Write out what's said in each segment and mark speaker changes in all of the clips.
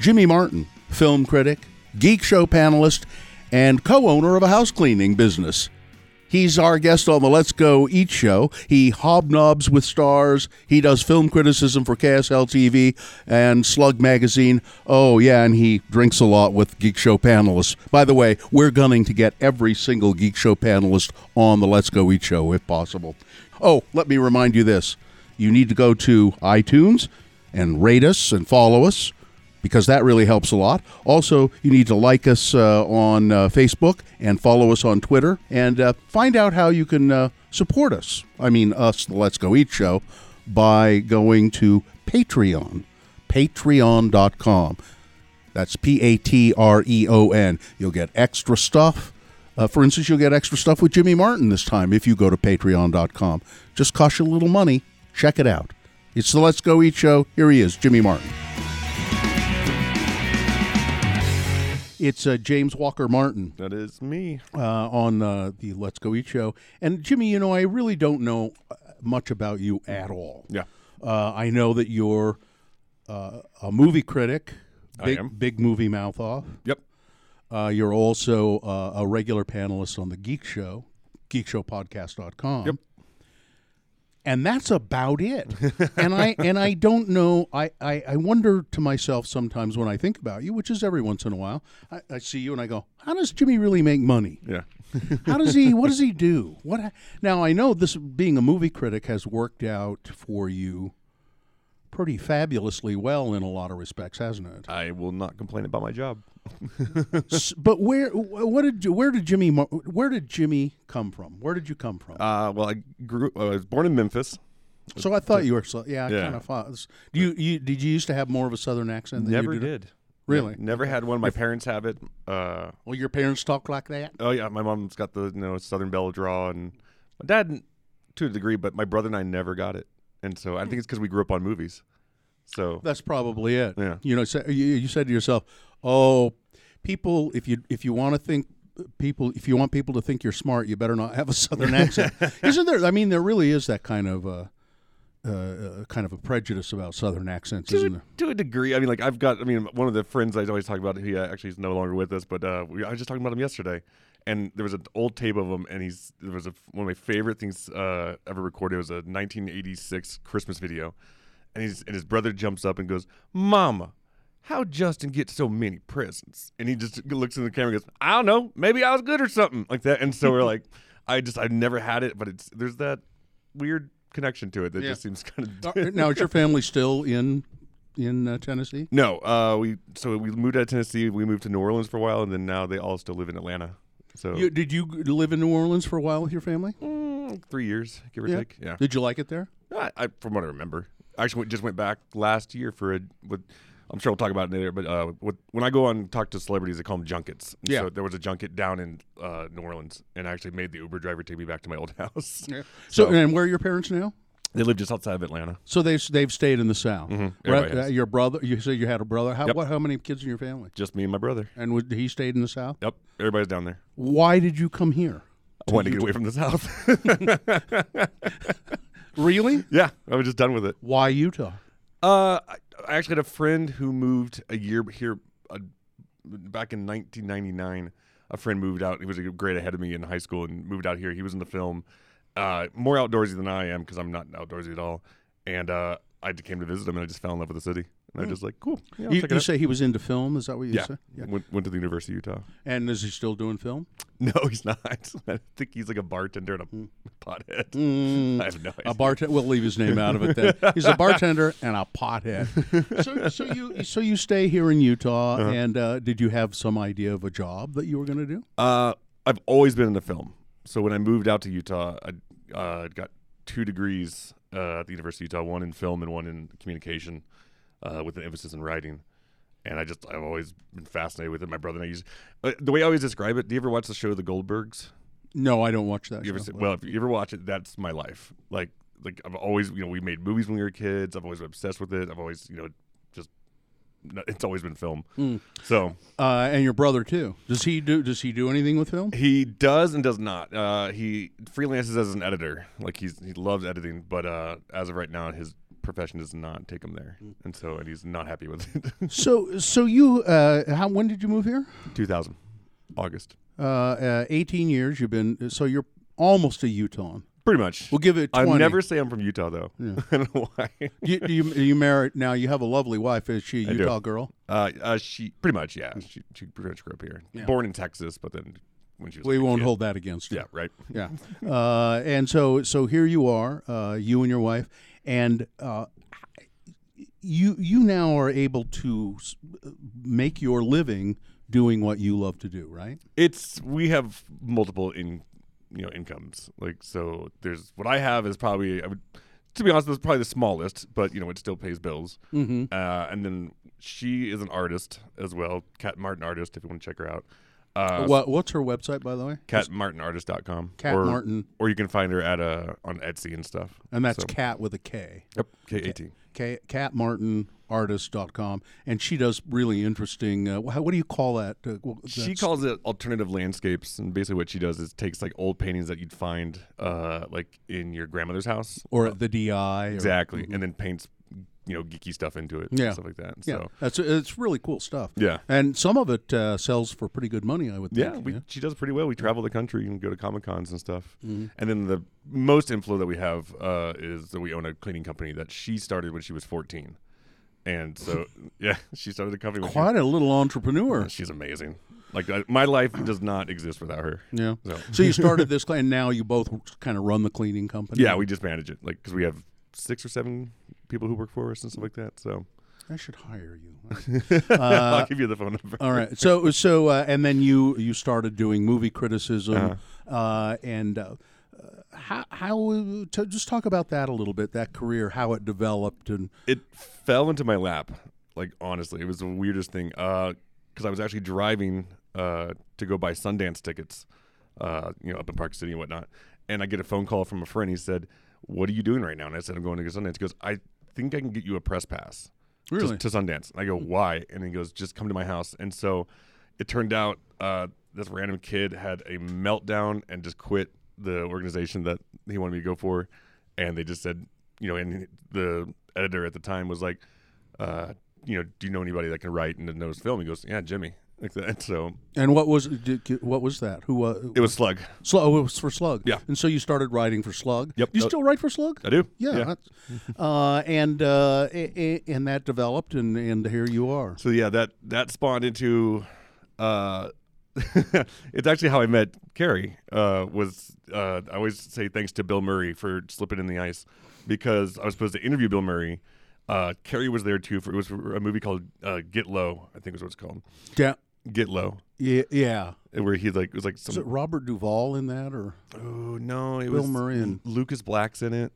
Speaker 1: Jimmy Martin, film critic, geek show panelist, and co owner of a house cleaning business. He's our guest on the Let's Go Eat show. He hobnobs with stars. He does film criticism for KSL TV and Slug Magazine. Oh, yeah, and he drinks a lot with Geek Show panelists. By the way, we're gunning to get every single Geek Show panelist on the Let's Go Eat show if possible. Oh, let me remind you this you need to go to iTunes and rate us and follow us because that really helps a lot. Also, you need to like us uh, on uh, Facebook and follow us on Twitter and uh, find out how you can uh, support us. I mean, us, the Let's Go Eat Show, by going to Patreon, patreon.com. That's P A T R E O N. You'll get extra stuff. Uh, for instance, you'll get extra stuff with Jimmy Martin this time if you go to patreon.com. Just cost you a little money. Check it out. It's the Let's Go Eat Show. Here he is, Jimmy Martin. It's uh, James Walker Martin
Speaker 2: That is me.
Speaker 1: uh, on uh, the Let's Go Eat show. And Jimmy, you know, I really don't know uh, much about you at all.
Speaker 2: Yeah.
Speaker 1: Uh, I know that you're uh, a movie critic,
Speaker 2: I
Speaker 1: big,
Speaker 2: am.
Speaker 1: big movie mouth off.
Speaker 2: Yep.
Speaker 1: Uh, you're also uh, a regular panelist on the Geek Show, geekshowpodcast.com.
Speaker 2: Yep.
Speaker 1: And that's about it. and I and I don't know. I, I, I wonder to myself sometimes when I think about you, which is every once in a while. I, I see you and I go, how does Jimmy really make money?
Speaker 2: Yeah.
Speaker 1: How does he? What does he do? What? ha- Now I know this being a movie critic has worked out for you pretty fabulously well in a lot of respects, hasn't it?
Speaker 2: I will not complain about my job.
Speaker 1: S- but where? wh- What did? you- Where did Jimmy? Mar- Where did Jimmy come from? Where did you come from?
Speaker 2: Uh, well, I grew. I was born in Memphis.
Speaker 1: so I thought you were. So, yeah, I
Speaker 2: Yeah.
Speaker 1: kind of thought. this- Do you, you? Did you used to have more of a southern accent? Than
Speaker 2: Never
Speaker 1: you do?
Speaker 2: did.
Speaker 1: Really?
Speaker 2: Never had one. My parents have it. Uh,
Speaker 1: Well, your parents talk like that.
Speaker 2: oh yeah, my mom's got the you know Southern Belle draw, and my dad to a degree, but my brother and I never got it, and so I think it's because we grew up on movies. So
Speaker 1: That's probably it.
Speaker 2: Yeah.
Speaker 1: You know, sa- you, you said to yourself, "Oh, people, if you if you want to think people, if you want people to think you're smart, you better not have a southern accent." Isn't there? I mean, there really is that kind of uh, uh, uh, kind of a prejudice about southern accents,
Speaker 2: to
Speaker 1: isn't
Speaker 2: a,
Speaker 1: there?
Speaker 2: to a degree, I mean, like I've got. I mean, one of the friends I always talk about. He uh, actually is no longer with us, but uh, we, I was just talking about him yesterday, and there was an old tape of him, and he's there was a, one of my favorite things uh, ever recorded. It was a 1986 Christmas video, and he's and his brother jumps up and goes, "Mama." How Justin get so many presents, and he just looks in the camera and goes, "I don't know, maybe I was good or something like that." And so we're like, "I just I've never had it, but it's there's that weird connection to it that
Speaker 1: Yeah.
Speaker 2: just seems kind of
Speaker 1: Are- now, is your family still in in uh, Tennessee?
Speaker 2: no, uh, we so we moved out of Tennessee. We moved to New Orleans for a while, and then now they all still live in Atlanta. So
Speaker 1: You, did you g- live in New Orleans for a while with your family?
Speaker 2: mm, three years, give or take. Yeah,
Speaker 1: Did you like it there?
Speaker 2: I, I, from what I remember, I actually went- just went back last year for a. With, I'm sure we'll talk about it later, but uh, with, when I go on and talk to celebrities, they call them junkets. And
Speaker 1: Yeah.
Speaker 2: So there was a junket down in uh, New Orleans, and I actually made the Uber driver take me back to my old house.
Speaker 1: So, and where are your parents now?
Speaker 2: They live just outside of Atlanta.
Speaker 1: So they've they've stayed in the South.
Speaker 2: Mm-hmm. Everybody
Speaker 1: Right? Uh,
Speaker 2: has.
Speaker 1: your brother, you said you had a brother. How what? How many kids in your family?
Speaker 2: Just me and my brother.
Speaker 1: And would, he stayed in the South.
Speaker 2: Yep, everybody's down there.
Speaker 1: Why did you come here?
Speaker 2: I wanted to get away from the South.
Speaker 1: Really?
Speaker 2: yeah, I was just done with it.
Speaker 1: Why Utah?
Speaker 2: Uh, I I actually had a friend who moved a year here uh, back in 1999. A friend moved out. He was a grade ahead of me in high school and moved out here. He was in the film, uh, more outdoorsy than I am because I'm not outdoorsy at all. And uh, I just came to visit him and I just fell in love with the city. And I was just like, cool. Yeah, I'll
Speaker 1: Mm. you
Speaker 2: check it
Speaker 1: you
Speaker 2: out.
Speaker 1: say he was into film. Is that what you
Speaker 2: yeah.
Speaker 1: said?
Speaker 2: Went, went to the University of Utah.
Speaker 1: And is he still doing film?
Speaker 2: No, he's not. I think he's like a bartender and a pothead. I have no idea.
Speaker 1: Mm. A bartender. We'll leave his name out of it. Then he's a bartender and a pothead. so, so you so you stay here in Utah.
Speaker 2: Uh-huh.
Speaker 1: And uh, did you have some idea of a job that you were going to do?
Speaker 2: Uh, I've always been into film. So when I moved out to Utah, I uh, got two degrees uh, at the University of Utah, one in film and one in communication, uh, with an emphasis in writing. And I just I've always been fascinated with it. My brother and I use uh, the way I always describe it. Do you ever watch the show The Goldbergs?
Speaker 1: No, I don't watch that.
Speaker 2: You ever
Speaker 1: show.
Speaker 2: see, well, if you ever watch it, that's my life. Like like I've always you know we made movies when we were kids. I've always been obsessed with it. I've always you know just it's always been film. So
Speaker 1: uh, and your brother too. Does he do? Does he do anything with film?
Speaker 2: He does and does not. Uh, he freelances as an editor. Like he's he loves editing, but uh, as of right now, his profession does not take him there,
Speaker 1: Mm.
Speaker 2: and so and he's not happy with it.
Speaker 1: So, so you, uh, how when did you move here?
Speaker 2: Two thousand, August,
Speaker 1: Uh, uh, Eighteen years. You've been so you're almost a Utah.
Speaker 2: pretty much.
Speaker 1: We'll give it. 20.
Speaker 2: I never say I'm from Utah though. I don't know why.
Speaker 1: You, you, you married now. You have a lovely wife. Is she a
Speaker 2: do.
Speaker 1: Utah girl?
Speaker 2: Uh, uh, she pretty much yeah.
Speaker 1: Mm.
Speaker 2: She she pretty much grew up here, born in Texas, but then when she was
Speaker 1: We
Speaker 2: like a
Speaker 1: won't
Speaker 2: kid-
Speaker 1: hold that against her.
Speaker 2: Yeah, right.
Speaker 1: Yeah. Uh, and so, so here you are, uh, you and your wife, and uh, you you now are able to s- make your living doing what you love to do, right?
Speaker 2: it's we have multiple in you know incomes like so there's what i have is probably i would to be honest that's probably the smallest but you know it still pays bills mm-hmm. uh, and then she is an artist as well cat martin artist if you want to check her out uh
Speaker 1: what What's her website, by the way?
Speaker 2: catmartinartist.com
Speaker 1: Cat
Speaker 2: or,
Speaker 1: Martin.
Speaker 2: or you can find her at uh on etsy and stuff
Speaker 1: And that's
Speaker 2: So-
Speaker 1: cat with a K.
Speaker 2: yep k18
Speaker 1: K- catmartinartist.com. And she does really interesting, uh, wh- what do you call that? Uh, well,
Speaker 2: she
Speaker 1: that's-
Speaker 2: calls it alternative landscapes and basically what she does is takes like old paintings that you'd find uh like in your grandmother's house
Speaker 1: or the DI. Or,
Speaker 2: Exactly, and then paints you know geeky stuff into it, and
Speaker 1: Mm-hmm. Yeah.
Speaker 2: stuff like that.
Speaker 1: Yeah,
Speaker 2: So
Speaker 1: that's it's really cool stuff.
Speaker 2: Yeah.
Speaker 1: and some of it uh, sells for pretty good money, I would think.
Speaker 2: yeah, we, she does pretty well. We travel the country and go to comic cons and stuff.
Speaker 1: Mm-hmm.
Speaker 2: And then the most inflow that we have uh, is that we own a cleaning company that she started when she was fourteen, and so yeah, she started the company. When she was-
Speaker 1: quite a little entrepreneur.
Speaker 2: she's amazing. Like I, my life does not exist without her.
Speaker 1: Yeah.
Speaker 2: So
Speaker 1: So you started this, cl- and now you both kind of run the cleaning company.
Speaker 2: yeah, we just manage it like because we have six or seven people who work for us and stuff like that. So
Speaker 1: I should hire you. Uh,
Speaker 2: I'll give you the phone number.
Speaker 1: All right. So so uh, and then you you started doing movie criticism,
Speaker 2: Uh-huh.
Speaker 1: uh and. Uh, uh, how, how to just talk about that a little bit that career how it developed and
Speaker 2: it fell into my lap. Like honestly, it was the weirdest thing. Because I was actually driving uh, to go buy Sundance tickets, uh, you know, up in Park City and whatnot. And I get a phone call from a friend. He said, "What are you doing right now?" And I said, "I'm going to go Sundance." He goes, "I think I can get you a press pass to-
Speaker 1: Really?
Speaker 2: to, Sundance." And I go, "Why?" And he goes, "Just come to my house." And so it turned out uh, this random kid had a meltdown and just quit the organization that he wanted me to go for, and they just said, you know, and the editor at the time was like, uh, you know, do you know anybody that can write and that knows film? He goes, yeah, Jimmy. Like that. And so
Speaker 1: and what was did, what was that who uh,
Speaker 2: it was Slug.
Speaker 1: Slug, oh, it was for Slug.
Speaker 2: Yeah.
Speaker 1: And so you started writing for Slug.
Speaker 2: Yep.
Speaker 1: You
Speaker 2: Uh,
Speaker 1: still write for Slug?
Speaker 2: I do.
Speaker 1: Yeah. that's- uh, and uh, a- a- and that developed, and and here you are.
Speaker 2: So yeah, that that spawned into. Uh, it's actually how I met Carrie. Uh, was uh, I always say thanks to Bill Murray for slipping in the ice, because I was supposed to interview Bill Murray. Uh, Carrie was there too for it was for a movie called uh, Get Low. I think is what it's called.
Speaker 1: Yeah.
Speaker 2: Get Low,
Speaker 1: Yeah. yeah.
Speaker 2: where he like was like some.
Speaker 1: Is it Robert Duvall in that, or
Speaker 2: Oh no, it
Speaker 1: Bill
Speaker 2: was
Speaker 1: Murray and-
Speaker 2: Lucas Black's in it.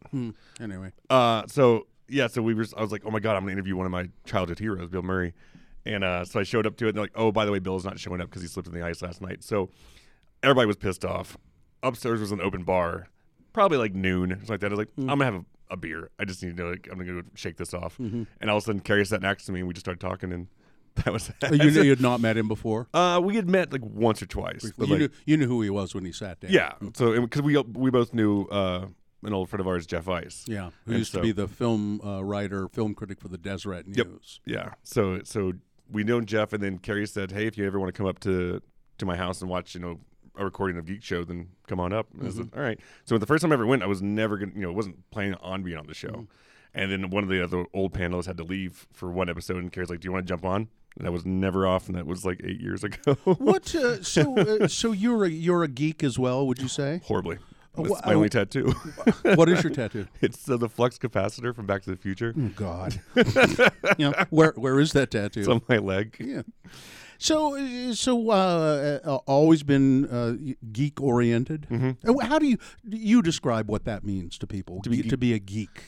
Speaker 1: anyway?
Speaker 2: Uh, so yeah, so we were. I was like, oh my god, I'm gonna interview one of my childhood heroes, Bill Murray, and uh, so I showed up to it. and They're like, oh, by the way, Bill's not showing up because he slipped in the ice last night. So everybody was pissed off. Upstairs was an open bar, probably like noon, something like that. I was like,
Speaker 1: Mm-hmm.
Speaker 2: I'm gonna have a, a beer. I just need to like, I'm gonna go shake this off.
Speaker 1: Mm-hmm.
Speaker 2: And all of a sudden, Carrie sat next to me, and we just started talking, and that was.
Speaker 1: Uh, You knew you had not met him before.
Speaker 2: uh, we had met like once or twice. but,
Speaker 1: you
Speaker 2: like-
Speaker 1: knew Mm. you knew who he was when he sat down.
Speaker 2: yeah. So because we we both knew uh, an old friend of ours, Jeff Ice.
Speaker 1: Yeah. Who
Speaker 2: And
Speaker 1: used to
Speaker 2: so-
Speaker 1: be the film uh, writer, film critic for the Deseret News.
Speaker 2: Yeah. So so we know Jeff, and then Carrie said, "Hey, if you ever want to come up to to my house and watch, you know, a recording of Geek Show, then come on up." And I
Speaker 1: Mm-hmm.
Speaker 2: said, "All right." So the first time I ever went, I was never gonna, you know, wasn't planning on being on the show.
Speaker 1: Mm.
Speaker 2: And then one of the other old panelists had to leave for one episode, and Carrie's like, "Do you want to jump on?" And I was never off, and that was like eight years ago.
Speaker 1: What? Uh, so uh, so you're a you're a geek as well, would you say?
Speaker 2: Horribly.
Speaker 1: Oh,
Speaker 2: That's
Speaker 1: wha-
Speaker 2: my
Speaker 1: oh.
Speaker 2: only tattoo.
Speaker 1: what is your tattoo?
Speaker 2: it's uh, the flux capacitor from Back to the
Speaker 1: Mm.
Speaker 2: Future.
Speaker 1: God. yeah. Where where is that tattoo?
Speaker 2: It's on my leg.
Speaker 1: Yeah. So, uh, so uh, uh, always been uh, geek oriented. How do you do you describe what that means to people Mm-hmm. to be, to be a geek?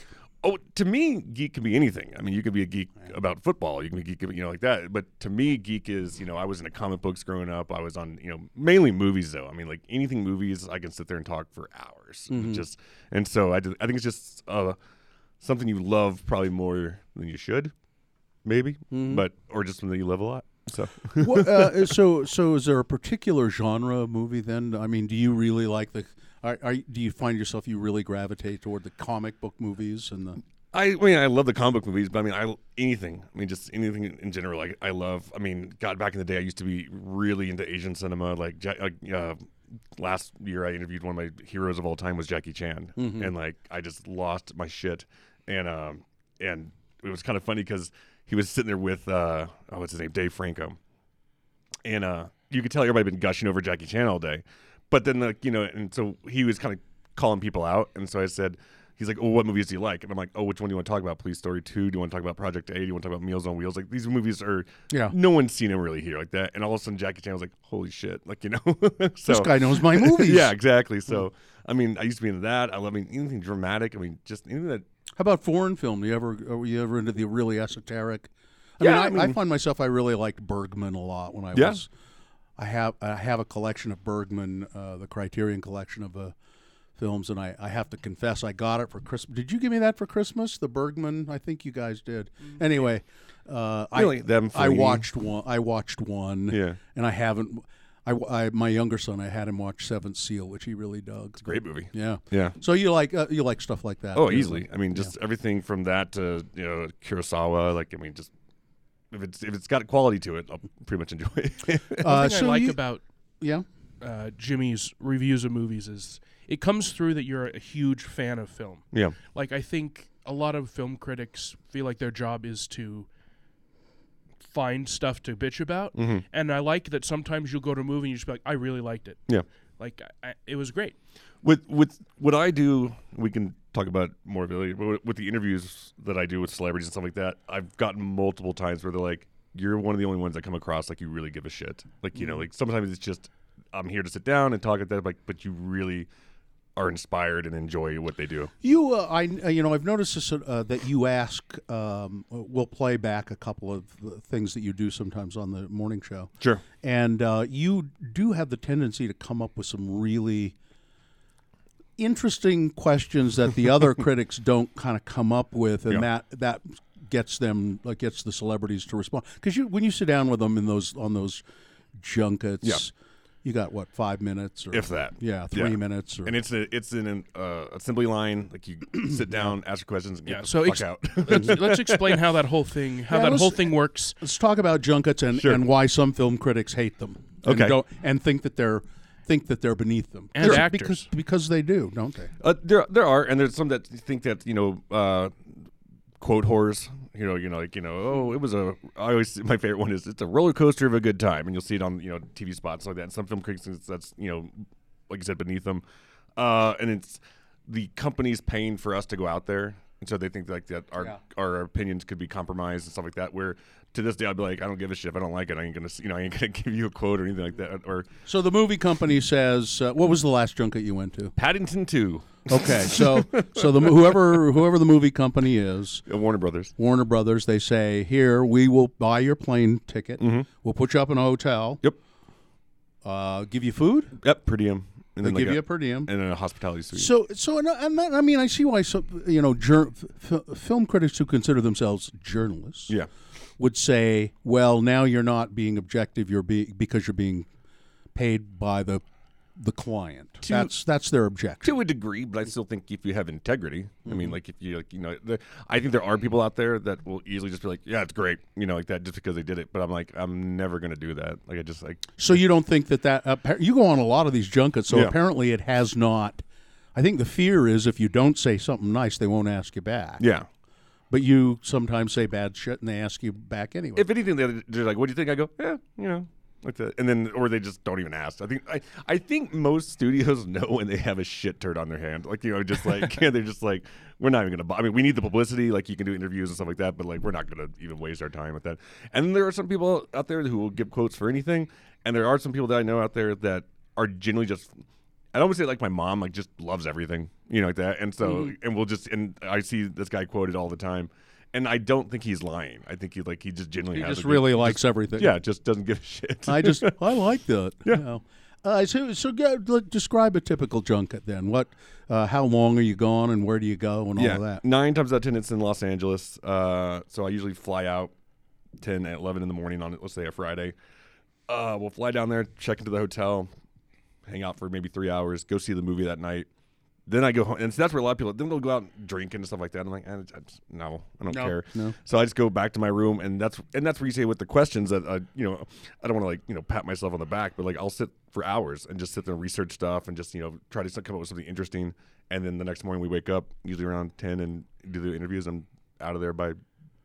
Speaker 2: Oh, to me, geek can be anything. I mean, you can be a geek about football. You can be geek, you know, like that. But to me, geek is, you know, I was into comic books growing up. I was on, you know, mainly movies though. I mean, like anything movies, I can sit there and talk for hours. It's Just and so I, just, I think it's just uh, something you love probably more than you should, maybe, but or just something you love a lot. So
Speaker 1: What, uh, so, so is there a particular genre of movie? Then, I mean, do you really like the? Are, are, do you find yourself you really gravitate toward the comic book movies and the?
Speaker 2: I, I mean, I love the comic book movies, but I mean, I anything. I mean, just anything in general. Like, I love. I mean, God, back in the day, I used to be really into Asian cinema. Like, Ja- like uh, last year, I interviewed one of my heroes of all time was Jackie Chan, and like, I just lost my shit. And um, and it was kind of funny because he was sitting there with uh, oh, what's his name, Dave Franco, and uh, you could tell everybody had been gushing over Jackie Chan all day. But then, like you know, and so he was kind of calling people out, and so I said, he's like, "Oh, what movies do you like?" And I'm like, "Oh, which one do you want to talk about? Police Story Two? Do you want to talk about Project A? Do you want to talk about Meals on Wheels? Like these movies are,
Speaker 1: Yeah.
Speaker 2: no one's seen them really here like that." And all of a sudden, Jackie Chan was like, "Holy shit!" Like you know, so
Speaker 1: This guy knows my movies. Mm.
Speaker 2: yeah, exactly. So I mean, I used to be into that. I love I mean, anything dramatic. I mean, just anything that
Speaker 1: How about foreign film? Do you ever are you ever into the really esoteric? I,
Speaker 2: Yeah,
Speaker 1: mean, I,
Speaker 2: I
Speaker 1: I,
Speaker 2: mean-
Speaker 1: find myself I really liked Bergman a lot when I
Speaker 2: Yeah.
Speaker 1: was. I have I have a collection of Bergman, uh, the Criterion collection of uh, films, and I, I have to confess I got it for Christmas. Did you give me that for Christmas? The Bergman, I think you guys did. Anyway, uh, I
Speaker 2: Mm-hmm. Really? Them
Speaker 1: I
Speaker 2: Fellini?
Speaker 1: watched one. I watched one.
Speaker 2: Yeah.
Speaker 1: and I haven't. I, I my younger son I had him watch Seventh Seal, which he really dug.
Speaker 2: great movie.
Speaker 1: Yeah,
Speaker 2: Yeah.
Speaker 1: So you like uh, you like stuff like that?
Speaker 2: Oh,
Speaker 1: too?
Speaker 2: easily. I mean, just everything from that to you know Kurosawa. Like I mean, just if it's if it's got quality to it, I'll pretty much enjoy it.
Speaker 1: Uh,
Speaker 3: One thing I like
Speaker 1: you-
Speaker 3: about
Speaker 1: yeah.
Speaker 3: uh, Jimmy's reviews of movies is it comes through that you're a huge fan of film.
Speaker 2: yeah.
Speaker 3: Like I think a lot of film critics feel like their job is to find stuff to bitch about,
Speaker 1: Mm-hmm.
Speaker 3: and I like that sometimes you'll go to a movie and you just be like, I really liked it.
Speaker 2: Yeah.
Speaker 3: Like I, I, it was great.
Speaker 2: with with what I do, we can talk about more of it later. But with- with the interviews that I do with celebrities and stuff like that, I've gotten multiple times where they're like, "You're one of the only ones that come across like you really give a shit." Like you know,
Speaker 1: Mm-hmm.
Speaker 2: like sometimes it's just I'm here to sit down and talk at that, like, but you really are inspired and enjoy what they do.
Speaker 1: You, uh, I, uh, you know, I've noticed this, uh, that you ask. Um, we'll play back a couple of the things that you do sometimes on the morning show,
Speaker 2: Sure.
Speaker 1: and uh, you do have the tendency to come up with some really interesting questions that the other critics don't kind of come up with, and
Speaker 2: Yeah.
Speaker 1: that that gets them, like, gets the celebrities to respond. Because you, when you sit down with them in those on those junkets,
Speaker 2: Yeah.
Speaker 1: you got what five minutes or
Speaker 2: If that.
Speaker 1: yeah, three
Speaker 2: Yeah.
Speaker 1: minutes or
Speaker 2: And it's a it's in an uh, assembly line. Like you sit down, ask your questions, and
Speaker 3: Yeah,
Speaker 2: get the
Speaker 3: so
Speaker 2: fuck
Speaker 3: ex-
Speaker 2: out.
Speaker 3: Let's, let's explain how that whole thing how
Speaker 1: Yeah,
Speaker 3: that whole
Speaker 1: let's-
Speaker 3: thing works.
Speaker 1: Let's talk about junkets and,
Speaker 2: Sure.
Speaker 1: and why some film critics hate them. And
Speaker 2: Okay.
Speaker 1: don't, and think that they're think that they're beneath them.
Speaker 3: And
Speaker 1: Because-
Speaker 3: actors.
Speaker 1: because because they do, don't they?
Speaker 2: Uh, there, there are, and there's some that think that you know, uh, quote whores. You know, you know, like you know, oh, it was a. I always my favorite one is it's a roller coaster of a good time, and you'll see it on you know TV spots like that. And some film critics think that's you know, like you said, beneath them, uh, and it's the company's paying for us to go out there, and so they think like that our our opinions could be compromised and stuff like that. Where to this day I'd be like, I don't give a shit. If I don't like it, I ain't gonna s- you know I ain't gonna give you a quote or anything like that. Or
Speaker 1: So the movie company says, uh, "What was the last junket you went to?"
Speaker 2: Paddington Two,
Speaker 1: Okay, so so the whoever whoever the movie company is,
Speaker 2: Warner Brothers.
Speaker 1: Warner Brothers, they say, "Here we will buy your plane ticket. We'll put you up in a hotel.
Speaker 2: Yep,
Speaker 1: Uh, give you food.
Speaker 2: yep, per diem. And
Speaker 1: They
Speaker 2: like,
Speaker 1: give you a per diem.
Speaker 2: and a hospitality suite.
Speaker 1: So, so, and, and that, I mean, I see why some, you know, jour, f- film critics who consider themselves journalists,
Speaker 2: Yeah.
Speaker 1: would say, well, now you're not being objective. You're being because you're being paid by the the client. that's that's their objection.
Speaker 2: to a degree, but I still think if you have integrity, I mean, like if you, like, you know, the, I think there are people out there that will easily just be like, yeah, it's great, you know, like that, just because they did it. But I'm like, I'm never gonna do that. Like I just like,
Speaker 1: So you don't think that that appa- you go on a lot of these junkets. So
Speaker 2: Yeah.
Speaker 1: apparently, it has not. I think the fear is if you don't say something nice, they won't ask you back.
Speaker 2: yeah.
Speaker 1: But you sometimes say bad shit, and they ask you back anyway.
Speaker 2: If anything, they're, they're like, what do you think? I go, yeah, you know, Like the, and then, or they just don't even ask. I think, I, I think most studios know when they have a shit turd on their hand. Like, you know, just like, they're just like, we're not even going to, bo- I mean, we need the publicity. Like, you can do interviews and stuff like that, but like, we're not going to even waste our time with that. And there are some people out there who will give quotes for anything. And there are some people that I know out there that are generally just, I almost say like my mom, like just loves everything, you know, like that. And so,
Speaker 1: Mm-hmm.
Speaker 2: and we'll just, and I see this guy quoted all the time. And I don't think he's lying. I think he like he just generally
Speaker 1: He
Speaker 2: has
Speaker 1: just
Speaker 2: a good-
Speaker 1: really likes everything.
Speaker 2: yeah, just doesn't give a shit.
Speaker 1: I just I like that. Yeah. You know. uh, so so go, let- describe a typical junket then. What? Uh, how long are you gone, and where do you go, and all of that?
Speaker 2: Nine times out of ten, it's in Los Angeles. Uh, so I usually fly out 10 at 11 in the morning on, let's say, a Friday. Uh, we'll fly down there, check into the hotel, hang out for maybe three hours, go see the movie that night. Then I go home, and so that's where a lot of people. Then they'll go out and drink and stuff like that. I'm like, eh, I just- no, I don't
Speaker 3: No,
Speaker 2: care.
Speaker 1: no.
Speaker 2: So I just go back to my room, and that's and that's where you say with the questions that uh, you know, I don't want to like you know pat myself on the back, but like I'll sit for hours and just sit there and research stuff and just you know try to come up with something interesting. And then the next morning we wake up, usually around ten, and do the interviews. I'm out of there by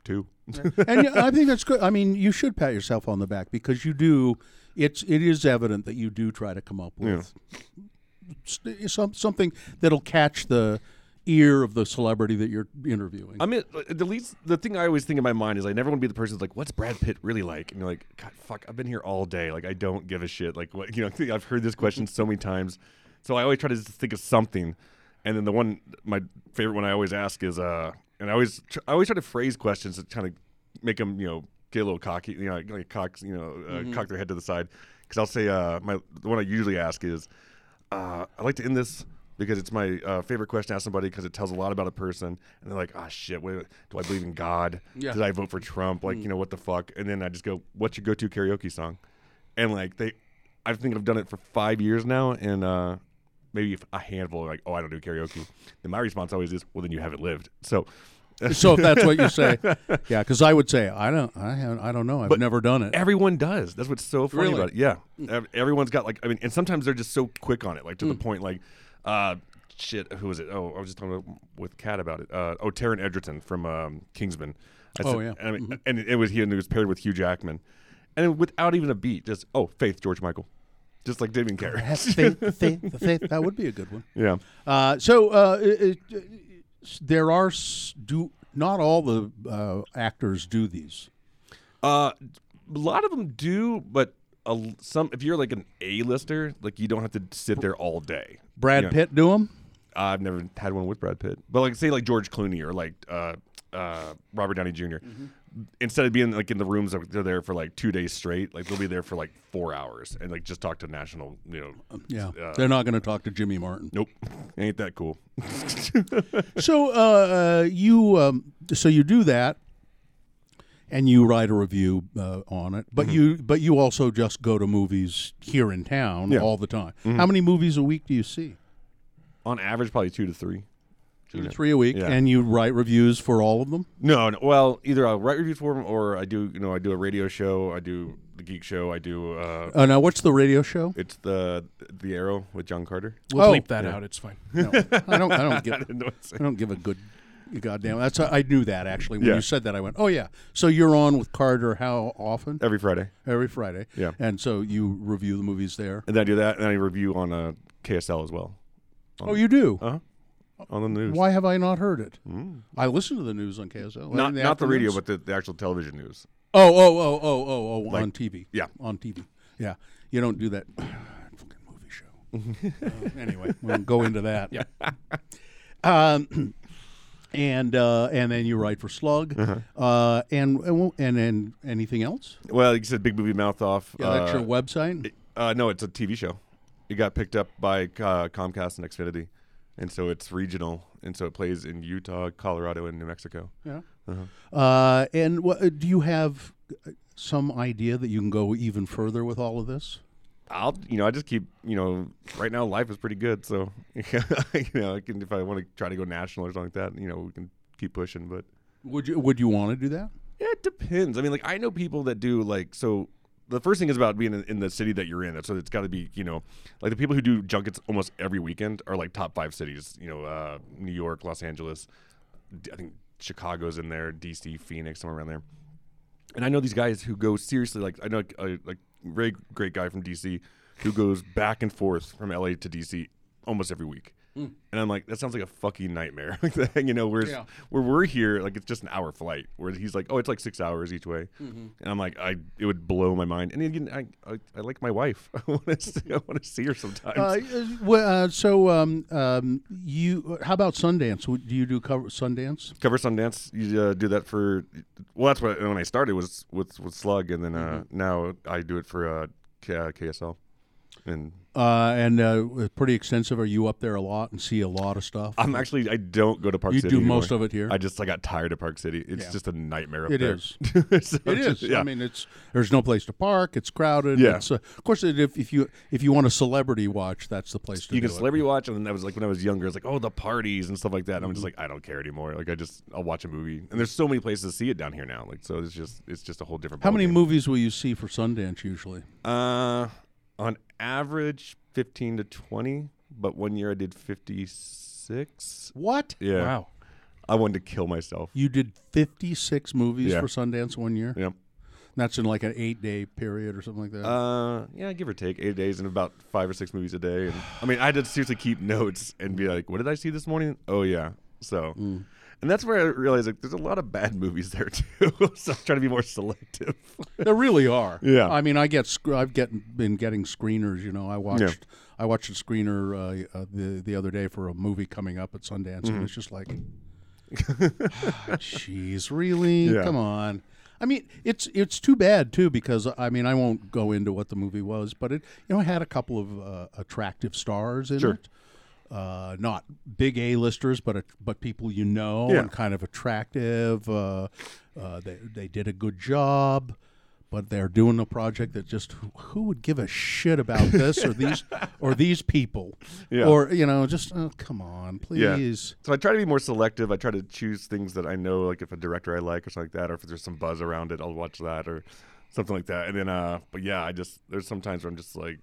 Speaker 2: two.
Speaker 1: and yeah, I think that's good. I mean, you should pat yourself on the back because you do. It's it is evident that you do try to come up with s- some something that'll catch the ear of the celebrity that you're interviewing.
Speaker 2: I mean, uh, the least the thing I always think in my mind is I never want to be the person that's like, "What's Brad Pitt really like?" And you're like, "God, fuck, I've been here all day. Like, I don't give a shit. Like, what you know? I've heard this question so many times, so I always try to just think of something. And then the one, my favorite one, I always ask is, uh, and I always, tr- I always try to phrase questions to kind of make them, you know, get a little cocky, you know, like, like cock, you know, uh, cock their head to the side. Because I'll say, uh, my the one I usually ask is, uh, I like to end this because it's my uh, favorite question to ask somebody because it tells a lot about a person. And they're like, ah, shit, wait, do I believe in God?
Speaker 3: Yeah.
Speaker 2: Did I vote for Trump? Like, you know, what the fuck? And then I just go, what's your go to karaoke song? And like, they, I think I've done it for five years now. And, uh, Maybe if a handful are like, oh, I don't do karaoke. Then my response always is, well, then you haven't lived. So,
Speaker 1: so if that's what you say, yeah, because I would say I don't, I haven't, I don't know, I've never done it.
Speaker 2: Everyone does. That's what's so funny
Speaker 1: Really?
Speaker 2: about it. Yeah, Ev- everyone's got like I mean, and sometimes they're just so quick on it, like to
Speaker 1: Mm.
Speaker 2: the point like, uh, shit, who was it? Oh, I was just talking about, with Kat about it. Uh, oh, Taron Edgerton from um, Kingsman. I
Speaker 1: Oh, yeah.
Speaker 2: and, I mean, and it was he and he was paired with Hugh Jackman, and then without even a beat, just oh, Faith George Michael, just like didn't even care.
Speaker 1: Faith, faith, faith, that would be a good one.
Speaker 2: yeah.
Speaker 1: Uh, so uh, it, it, there are s- do not all the uh, actors do these.
Speaker 2: Uh, a lot of them do, but a l some if you're like an A-lister, like you don't have to sit there all day.
Speaker 1: Brad
Speaker 2: Yeah.
Speaker 1: Pitt do them.
Speaker 2: I've never had one with Brad Pitt, but like say like George Clooney or like uh, uh, Robert Downey junior Instead of being like in the rooms, like, they're there for like two days straight. Like they'll be there for like four hours and like just talk to national. You know,
Speaker 1: Yeah,
Speaker 2: Uh,
Speaker 1: they're not going to talk to Jimmy Martin.
Speaker 2: nope, ain't that cool?
Speaker 1: So uh, uh, you um, so you do that, and you write a review uh, on it. But you but you also just go to movies here in town
Speaker 2: Yeah.
Speaker 1: all the time. How many movies a week do you see?
Speaker 2: On average, probably two to three.
Speaker 1: Two to three a week,
Speaker 2: Yeah.
Speaker 1: and you write reviews for all of them.
Speaker 2: No, no, well, either I'll write reviews for them or I do. You know, I do a radio show. I do the geek show. I do. Uh,
Speaker 1: Uh, now, what's the radio show?
Speaker 2: it's the the Arrow with John Carter.
Speaker 3: We'll
Speaker 1: Oh.
Speaker 3: bleep that out. It's fine.
Speaker 1: No, I don't. I don't get.
Speaker 2: I didn't know what to say.
Speaker 1: I don't give a good goddamn. That's I knew that actually when
Speaker 2: Yeah.
Speaker 1: you said that. I went, oh yeah. So you're on with Carter how often?
Speaker 2: Every Friday.
Speaker 1: Every Friday.
Speaker 2: Yeah.
Speaker 1: And so you review the movies there.
Speaker 2: And then I do that, and then I review on uh, KSL as well.
Speaker 1: Oh, you do.
Speaker 2: Uh huh. On the news.
Speaker 1: Why have I not heard it? I listen to the news on KSL.
Speaker 2: Not
Speaker 1: in
Speaker 2: not the radio,
Speaker 1: afternoons.
Speaker 2: but the, the actual television news.
Speaker 1: oh oh oh oh oh oh on TV.
Speaker 2: yeah.
Speaker 1: on TV. Yeah, you don't do that. Fucking movie show. Uh, anyway, we'll go into that. Yeah. Um, and uh, and then you write for Slug,
Speaker 2: Uh-huh.
Speaker 1: uh, and and and anything else?
Speaker 2: Well, you said Big Movie Mouth Off.
Speaker 1: Yeah, that's
Speaker 2: uh,
Speaker 1: your website.
Speaker 2: uh, no, it's a TV show. It got picked up by uh, Comcast and Xfinity, and so it's regional, and so it plays in Utah, Colorado, and New Mexico.
Speaker 1: Yeah.
Speaker 2: Uh-huh.
Speaker 1: Uh, and wha- do you have uh, some idea that you can go even further with all of this?
Speaker 2: I'll, you know, I just keep, you know, right now life is pretty good, so you know, I can if I want to try to go national or something like that, you know, we can keep pushing, but
Speaker 1: Would you Would you want to do that?
Speaker 2: It depends. I mean, like I know people that do like so. The first thing is about being in, in the city that you're in. So it's got to be you know, like the people who do junkets almost every weekend are like top five cities. You know, uh, New York, Los Angeles, D- I think Chicago's in there, DC, Phoenix, somewhere around there. and I know these guys who go seriously. Like I know like, a like very great guy from DC who goes back and forth from LA to DC almost every week. And I'm like, that sounds like a fucking nightmare. Like, the- you know, whereas
Speaker 3: Yeah.
Speaker 2: where we're here, like it's just an hour flight. Where he's like, oh, it's like six hours each way, and I'm like, I it would blow my mind. And again, I I, I like my wife. I want to see, I want to see her sometimes.
Speaker 1: Uh, well, uh, so um, um, you, how about Sundance? Do you do cover Sundance?
Speaker 2: cover Sundance. You uh, do that for well, that's what when I started was with with Slug, and then uh, now I do it for uh, K- uh, KSL. And
Speaker 1: Uh, and uh, pretty extensive. Are you up there a lot and see a lot of stuff?
Speaker 2: I'm actually I don't go to Park
Speaker 1: You
Speaker 2: City.
Speaker 1: do
Speaker 2: anymore.
Speaker 1: most of it here?
Speaker 2: I just I got tired of Park City. It's
Speaker 1: Yeah.
Speaker 2: just a nightmare up
Speaker 1: It
Speaker 2: there.
Speaker 1: is.
Speaker 2: So it's
Speaker 1: It is.
Speaker 2: just- yeah.
Speaker 1: I mean, it's there's no place to park. It's crowded.
Speaker 2: Yeah.
Speaker 1: It's, uh, of course, it- if, if you if you want a celebrity watch, that's the place to
Speaker 2: you
Speaker 1: do
Speaker 2: can
Speaker 1: it.
Speaker 2: celebrity watch, and then that was like when I was younger. It's like, oh, the parties and stuff like that. And I'm just
Speaker 1: Mm-hmm.
Speaker 2: like, I don't care anymore. Like I just, I'll watch a movie. And there's so many places to see it down here now. Like so, it's just, it's just a whole different.
Speaker 1: How many
Speaker 2: ballgame.
Speaker 1: movies will you see for Sundance usually?
Speaker 2: Uh, on average, fifteen to twenty. But one year I did fifty-six.
Speaker 1: What?
Speaker 2: Yeah,
Speaker 3: Wow.
Speaker 2: I wanted to kill myself.
Speaker 1: You did 56 movies
Speaker 2: Yeah.
Speaker 1: for Sundance one year.
Speaker 2: Yep.
Speaker 1: That's in like an eight day period or something like that.
Speaker 2: Uh, yeah, give or take eight days and about five or six movies a day. And I mean, I had to seriously keep notes and be like, "What did I see this morning?" Oh yeah. So,
Speaker 1: Mm.
Speaker 2: and that's where I realized like there's a lot of bad movies there too. so I'm trying to be more selective.
Speaker 1: there really are.
Speaker 2: Yeah.
Speaker 1: I mean, I get sc- I've get been getting screeners. You know, I watched I watched a screener uh, uh, the the other day for a movie coming up at Sundance,
Speaker 2: Mm-hmm.
Speaker 1: and it's just like, jeez, really?
Speaker 2: Yeah.
Speaker 1: Come on. I mean, it's it's too bad too because I mean I won't go into what the movie was, but it you know it had a couple of uh, attractive stars in
Speaker 2: Sure.
Speaker 1: it. uh, not big A-listers, but a, but people you know
Speaker 2: Yeah.
Speaker 1: and kind of attractive. Uh, uh, they they did a good job, but they're doing a project that just who, who would give a shit about this or these or these people
Speaker 2: Yeah.
Speaker 1: or you know just oh, come on please.
Speaker 2: So I try to be more selective. I try to choose things that I know, like if a director I like or something like that, or if there's some buzz around it, I'll watch that or something like that. And then, uh, but yeah, I just there's some times where I'm just like,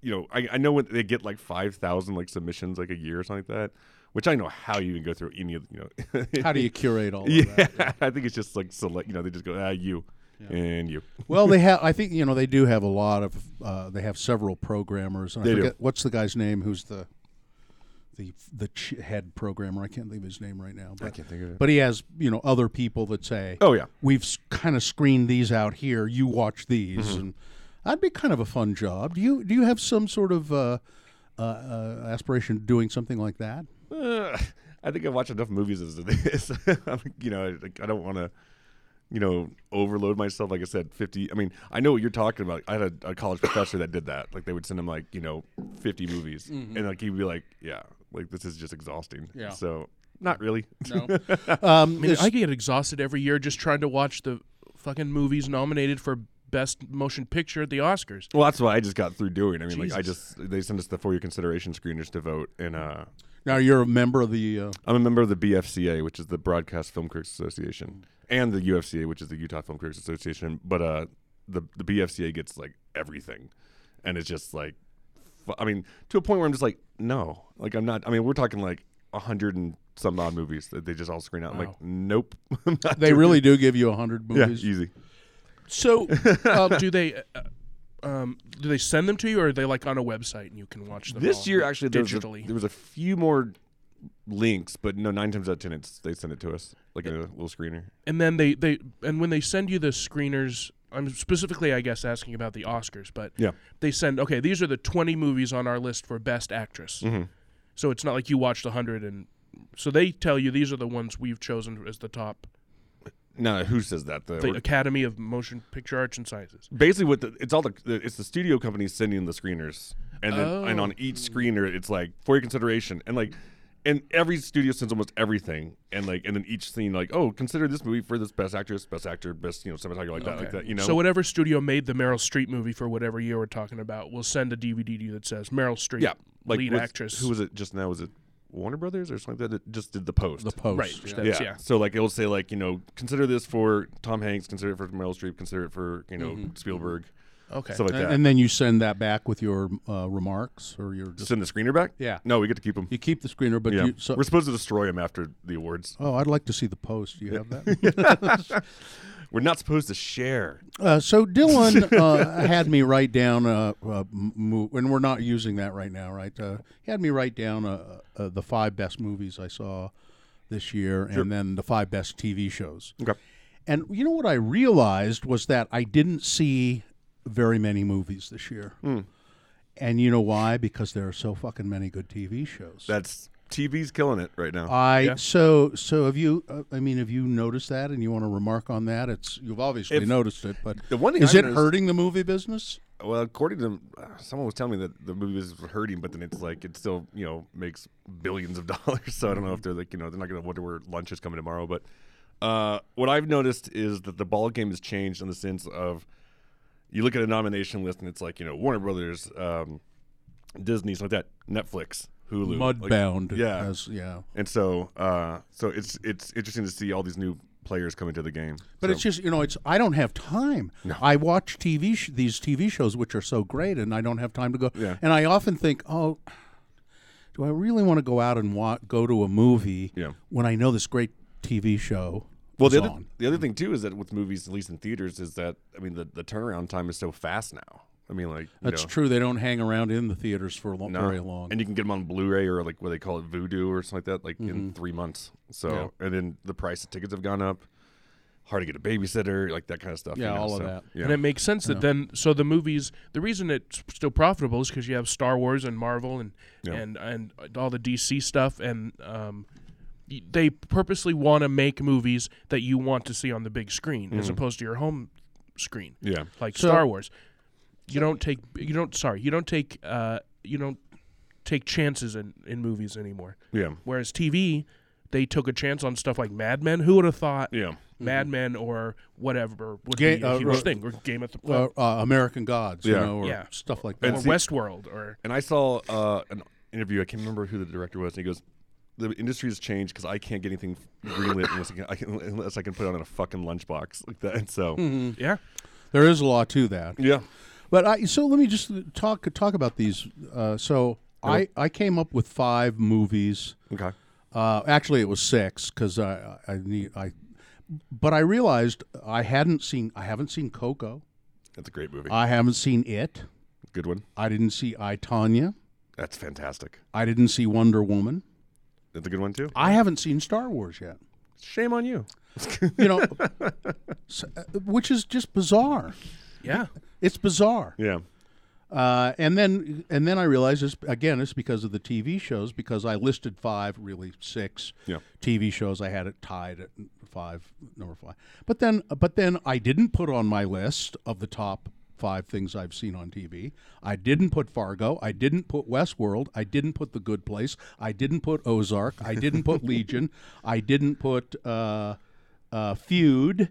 Speaker 2: you know, I, I know when they get like five thousand like submissions like a year or something like that, which I don't know how you even go through any of you know.
Speaker 1: How do you curate all of that?
Speaker 2: yeah, I think it's just like select. You know, they just go ah you and you.
Speaker 1: Well, they have. I think you know they do have a lot of. Uh, they have several programmers. And
Speaker 2: They
Speaker 1: I
Speaker 2: do.
Speaker 1: forget what's the guy's name who's the the the ch- head programmer. I can't think of his name right now. But, I
Speaker 2: can't think of it.
Speaker 1: But he has you know other people that say,
Speaker 2: Oh, yeah.
Speaker 1: we've kind of screened these out here. You watch these,
Speaker 2: Mm-hmm.
Speaker 1: and that'd be kind of a fun job. Do you do you have some sort of uh, uh, uh, aspiration of doing something like that?
Speaker 2: Uh, I think I've watched enough movies as it is. I'm, you know, like, I don't want to, you know, overload myself. Like I said, 50. I mean, I know what you're talking about. I had a, a college professor that did that. Like they would send him like, you know, 50 movies, and like he'd be like, yeah, like this is just exhausting.
Speaker 3: Mm-hmm. Yeah.
Speaker 2: So not really.
Speaker 3: No.
Speaker 1: Um,
Speaker 3: I mean,
Speaker 1: it's-
Speaker 3: I get exhausted every year just trying to watch the fucking movies nominated for Best Motion Picture at the Oscars.
Speaker 2: Well, that's what I just got through doing. I mean, like I
Speaker 3: Jesus.
Speaker 2: just they sent us the for your consideration screeners to vote, and uh,
Speaker 1: now you're a member of the. Uh,
Speaker 2: I'm a member of the BFCA, which is the Broadcast Film Critics Association, and the UFCA, which is the Utah Film Critics Association. But uh, the the BFCA gets like everything, and it's just like, fu- I mean, to a point where I'm just like, no, like I'm not. I mean, we're talking like a hundred and some odd movies that they just all screen out. I'm
Speaker 3: Wow.
Speaker 2: like, nope, I'm not
Speaker 1: they
Speaker 2: doing
Speaker 1: really do give you a hundred
Speaker 2: it. yeah,
Speaker 1: movies.
Speaker 2: easy.
Speaker 3: So, uh, do they uh, um, do they send them to you, or are they like on a website and you can watch them?
Speaker 2: This
Speaker 3: all
Speaker 2: year, actually, there was, a,
Speaker 3: digitally.
Speaker 2: there was a few more links, but no, nine times out of ten, it's they send it to us like in a little screener.
Speaker 3: and then they they and when they send you the screeners, I'm specifically, I guess, asking about the Oscars, but
Speaker 2: Yeah.
Speaker 3: they send okay, these are the 20 movies on our list for Best Actress.
Speaker 2: Mm-hmm.
Speaker 3: So it's not like you watched 100 and so they tell you these are the ones we've chosen as the top.
Speaker 2: No, who says that? The,
Speaker 3: The Academy of Motion Picture Arts and Sciences.
Speaker 2: basically what the, it's all the the- it's the studio companies sending the screeners and then and
Speaker 3: Oh.
Speaker 2: on each screener it's like for your consideration and like and every studio sends almost everything and like and then each scene like oh consider this movie for this best actress best actor best you know cinematographer like that like that you know
Speaker 3: So whatever studio made the Meryl Streep movie for whatever year we're talking about will send a DVD to you that says Meryl Streep,
Speaker 2: yeah like
Speaker 3: lead
Speaker 2: with-
Speaker 3: actress.
Speaker 2: who was it just now was it Warner Brothers or something like that that just did the post
Speaker 1: The post.
Speaker 3: right?
Speaker 1: Yeah.
Speaker 3: that's- yeah.
Speaker 2: So like it'll say like you know consider this for Tom Hanks consider it for Meryl Streep consider it for you know
Speaker 3: Mm-hmm.
Speaker 2: Spielberg
Speaker 3: Okay.
Speaker 2: stuff like
Speaker 1: And,
Speaker 2: that
Speaker 1: and then you send that back with your uh, remarks or your.
Speaker 2: send the screener back
Speaker 1: Yeah.
Speaker 2: no we get to keep them
Speaker 1: You keep the screener, but
Speaker 2: Yeah.
Speaker 1: you. So,
Speaker 2: We're supposed to destroy him after the awards.
Speaker 1: oh, I'd like to see the post. Do you have that?
Speaker 2: We're not supposed to share.
Speaker 1: Uh, so Dylan uh, had me write down, uh, uh, m- mo- and we're not using that right now, right? Uh, he had me write down uh, uh, the five best movies I saw this year, and then the five best TV shows.
Speaker 2: Okay.
Speaker 1: And you know what I realized was that I didn't see very many movies this year. And you know why? Because there are so fucking many good TV shows.
Speaker 2: That's TV's killing it right now.
Speaker 1: I
Speaker 3: Yeah.
Speaker 1: so so have you? Uh, I mean, have you noticed that? And you want to remark on that? It's you've obviously
Speaker 2: If-
Speaker 1: noticed it, but
Speaker 2: The one thing
Speaker 1: is
Speaker 2: I
Speaker 1: it
Speaker 2: noticed-
Speaker 1: hurting the movie business?
Speaker 2: well, according to uh, someone was telling me that the movie is hurting, but then it's like it still you know makes billions of dollars. So I don't know if they're like you know they're not going to wonder where lunch is coming tomorrow. But uh, what I've noticed is that the ball game has changed in the sense of you look at a nomination list and it's like you know Warner Brothers, um, Disney, stuff like that, Netflix, Hulu, like,
Speaker 1: Mudbound,
Speaker 2: yeah.
Speaker 1: as- yeah.
Speaker 2: and so uh, so it's it's interesting to see all these new players come into the game.
Speaker 1: But
Speaker 2: So-
Speaker 1: it's just you know, it's I don't have time. I watch TV sh- these TV shows which are so great, and I don't have time to go.
Speaker 2: Yeah.
Speaker 1: And I often think, oh, do I really want to go out and wa- go to a movie
Speaker 2: Yeah.
Speaker 1: when I know this great TV show?
Speaker 2: Well,
Speaker 1: is
Speaker 2: the other,
Speaker 1: on?
Speaker 2: the other thing too is that with movies, at least in theaters, is that I mean the, the turnaround time is so fast now. I mean, like you
Speaker 1: that's
Speaker 2: know,
Speaker 1: true. They don't hang around in the theaters for long,
Speaker 2: no.
Speaker 1: very long.
Speaker 2: and you can get them on Blu-ray or like what they call it, Voodoo or something like that, like
Speaker 1: Mm-hmm.
Speaker 2: in three months. So and then the price of tickets have gone up. Hard to get a babysitter, like that kind of stuff. you
Speaker 1: Yeah,
Speaker 2: know,
Speaker 1: all of
Speaker 2: so,
Speaker 1: that.
Speaker 2: Yeah,
Speaker 3: And it makes sense that then, so the movies, the reason it's still profitable is because you have Star Wars and Marvel and
Speaker 2: Yeah.
Speaker 3: and and all the DC stuff, and um, y- they purposely want to make movies that you want to see on the big screen as opposed to your home screen,
Speaker 2: Mm-hmm. yeah.
Speaker 3: like
Speaker 1: So-
Speaker 3: Star Wars. You don't take, you don't, sorry, you don't take, uh, you don't take chances in in movies anymore.
Speaker 2: yeah,
Speaker 3: Whereas TV, they took a chance on stuff like Mad Men. Who would have thought?
Speaker 2: yeah,
Speaker 3: Mad Men or whatever would
Speaker 1: Ga-
Speaker 3: be a
Speaker 1: uh,
Speaker 3: huge
Speaker 1: uh,
Speaker 3: thing, or Game of Thrones,
Speaker 1: uh, uh, American Gods, you
Speaker 2: Yeah.
Speaker 1: know, or
Speaker 3: Yeah.
Speaker 1: stuff like
Speaker 3: or
Speaker 1: that.
Speaker 3: Westworld, or
Speaker 2: And I saw uh, an interview. I can't remember who the director was. And he goes, "The industry has changed because I can't get anything greenlit unless I can, I can, unless I can put it on a fucking lunchbox like that." And so,
Speaker 1: Mm-hmm. Mm.
Speaker 3: yeah,
Speaker 1: there is a law to that.
Speaker 2: yeah,
Speaker 1: But I so let me just talk talk about these. Uh, so I I came up with five movies.
Speaker 2: okay.
Speaker 1: Uh, actually, it was six because I, I I need I. But I realized I hadn't seen I haven't seen Coco.
Speaker 2: That's a great movie.
Speaker 1: I haven't seen it.
Speaker 2: Good one.
Speaker 1: I didn't see I Tanya.
Speaker 2: That's fantastic.
Speaker 1: I didn't see Wonder Woman.
Speaker 2: That's a good one too.
Speaker 1: I haven't seen Star Wars yet.
Speaker 2: Shame on you.
Speaker 1: You know, s- uh, which is just bizarre.
Speaker 3: yeah,
Speaker 1: It's bizarre.
Speaker 2: Yeah.
Speaker 1: Uh, and then and then I realized it's again it's because of the TV shows because I listed five really six
Speaker 2: Yeah.
Speaker 1: TV shows I had it tied at five number five but then but then I didn't put on my list of the top five things I've seen on TV I didn't put Fargo I didn't put Westworld I didn't put The Good Place I didn't put Ozark I didn't put Legion I didn't put uh, uh, Feud.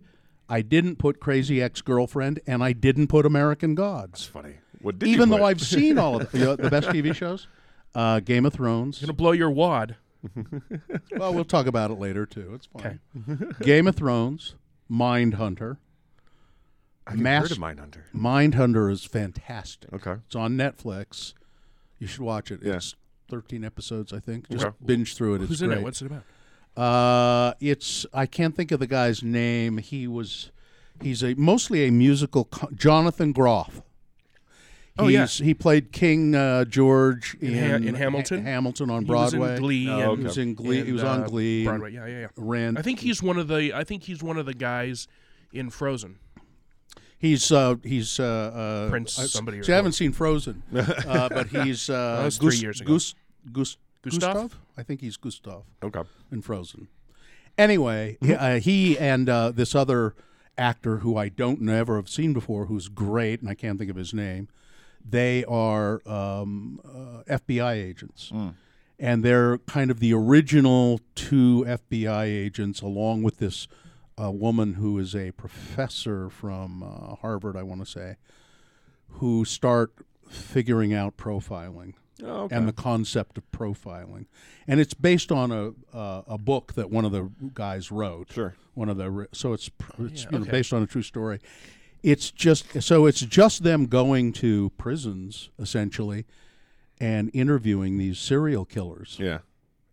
Speaker 1: I didn't put Crazy Ex-Girlfriend, and I didn't put American Gods
Speaker 2: It's funny. What did
Speaker 1: even
Speaker 2: you
Speaker 1: though
Speaker 2: put?
Speaker 1: I've seen all of the, you know, the best TV shows, uh, Game of Thrones.
Speaker 3: gonna blow your wad.
Speaker 1: Well, we'll talk about it later too. It's fine. Game of Thrones, Mindhunter.
Speaker 2: I've
Speaker 1: mass-
Speaker 2: heard of Mindhunter.
Speaker 1: Mindhunter is fantastic.
Speaker 2: Okay.
Speaker 1: It's on Netflix. You should watch it.
Speaker 2: Yeah.
Speaker 1: It's 13 episodes, I think. Just
Speaker 2: Okay.
Speaker 1: binge through it. It's
Speaker 3: Who's in
Speaker 1: great.
Speaker 3: it? What's it about?
Speaker 1: Uh, it's I can't think of the guy's name. He was he's a mostly a musical co- Jonathan Groff.
Speaker 3: Oh, yeah.
Speaker 1: He's- he played King uh, George in,
Speaker 3: In Ha- in Hamilton?
Speaker 1: Ha- Hamilton on
Speaker 3: He was in
Speaker 1: Broadway.
Speaker 3: Glee
Speaker 2: Oh,
Speaker 3: and-
Speaker 1: He was
Speaker 2: okay.
Speaker 1: in Glee. he
Speaker 3: and,
Speaker 1: was on
Speaker 3: uh,
Speaker 1: Glee. and
Speaker 3: Broadway. Yeah, yeah, yeah.
Speaker 1: Ran.
Speaker 3: I think he's one of the. I think he's one of the guys in Frozen.
Speaker 1: he's uh, he's uh, uh,
Speaker 3: Prince
Speaker 1: I,
Speaker 3: somebody or
Speaker 1: See, I haven't seen Frozen, uh, but he's uh,
Speaker 3: That was three
Speaker 1: Gus,
Speaker 3: years ago.
Speaker 1: Gus, Gus,
Speaker 3: Gustav?
Speaker 1: Gustav. I think he's Gustav.
Speaker 2: Okay.
Speaker 1: and Frozen. Anyway, he- uh, he and uh, this other actor who I don't never have seen before, who's great, and I can't think of his name. They are um, uh, FBI agents, and they're kind of the original two FBI agents, along with this uh, woman who is a professor from uh, Harvard, I want to say, who start figuring out profiling
Speaker 2: Oh, okay.
Speaker 1: and the concept of profiling, and it's based on a uh, a book that one of the guys wrote.
Speaker 2: Sure.
Speaker 1: one of the ri- so it's pr- it's you know, based on a true story. It's just so it's just them going to prisons essentially, and interviewing these serial killers
Speaker 2: yeah.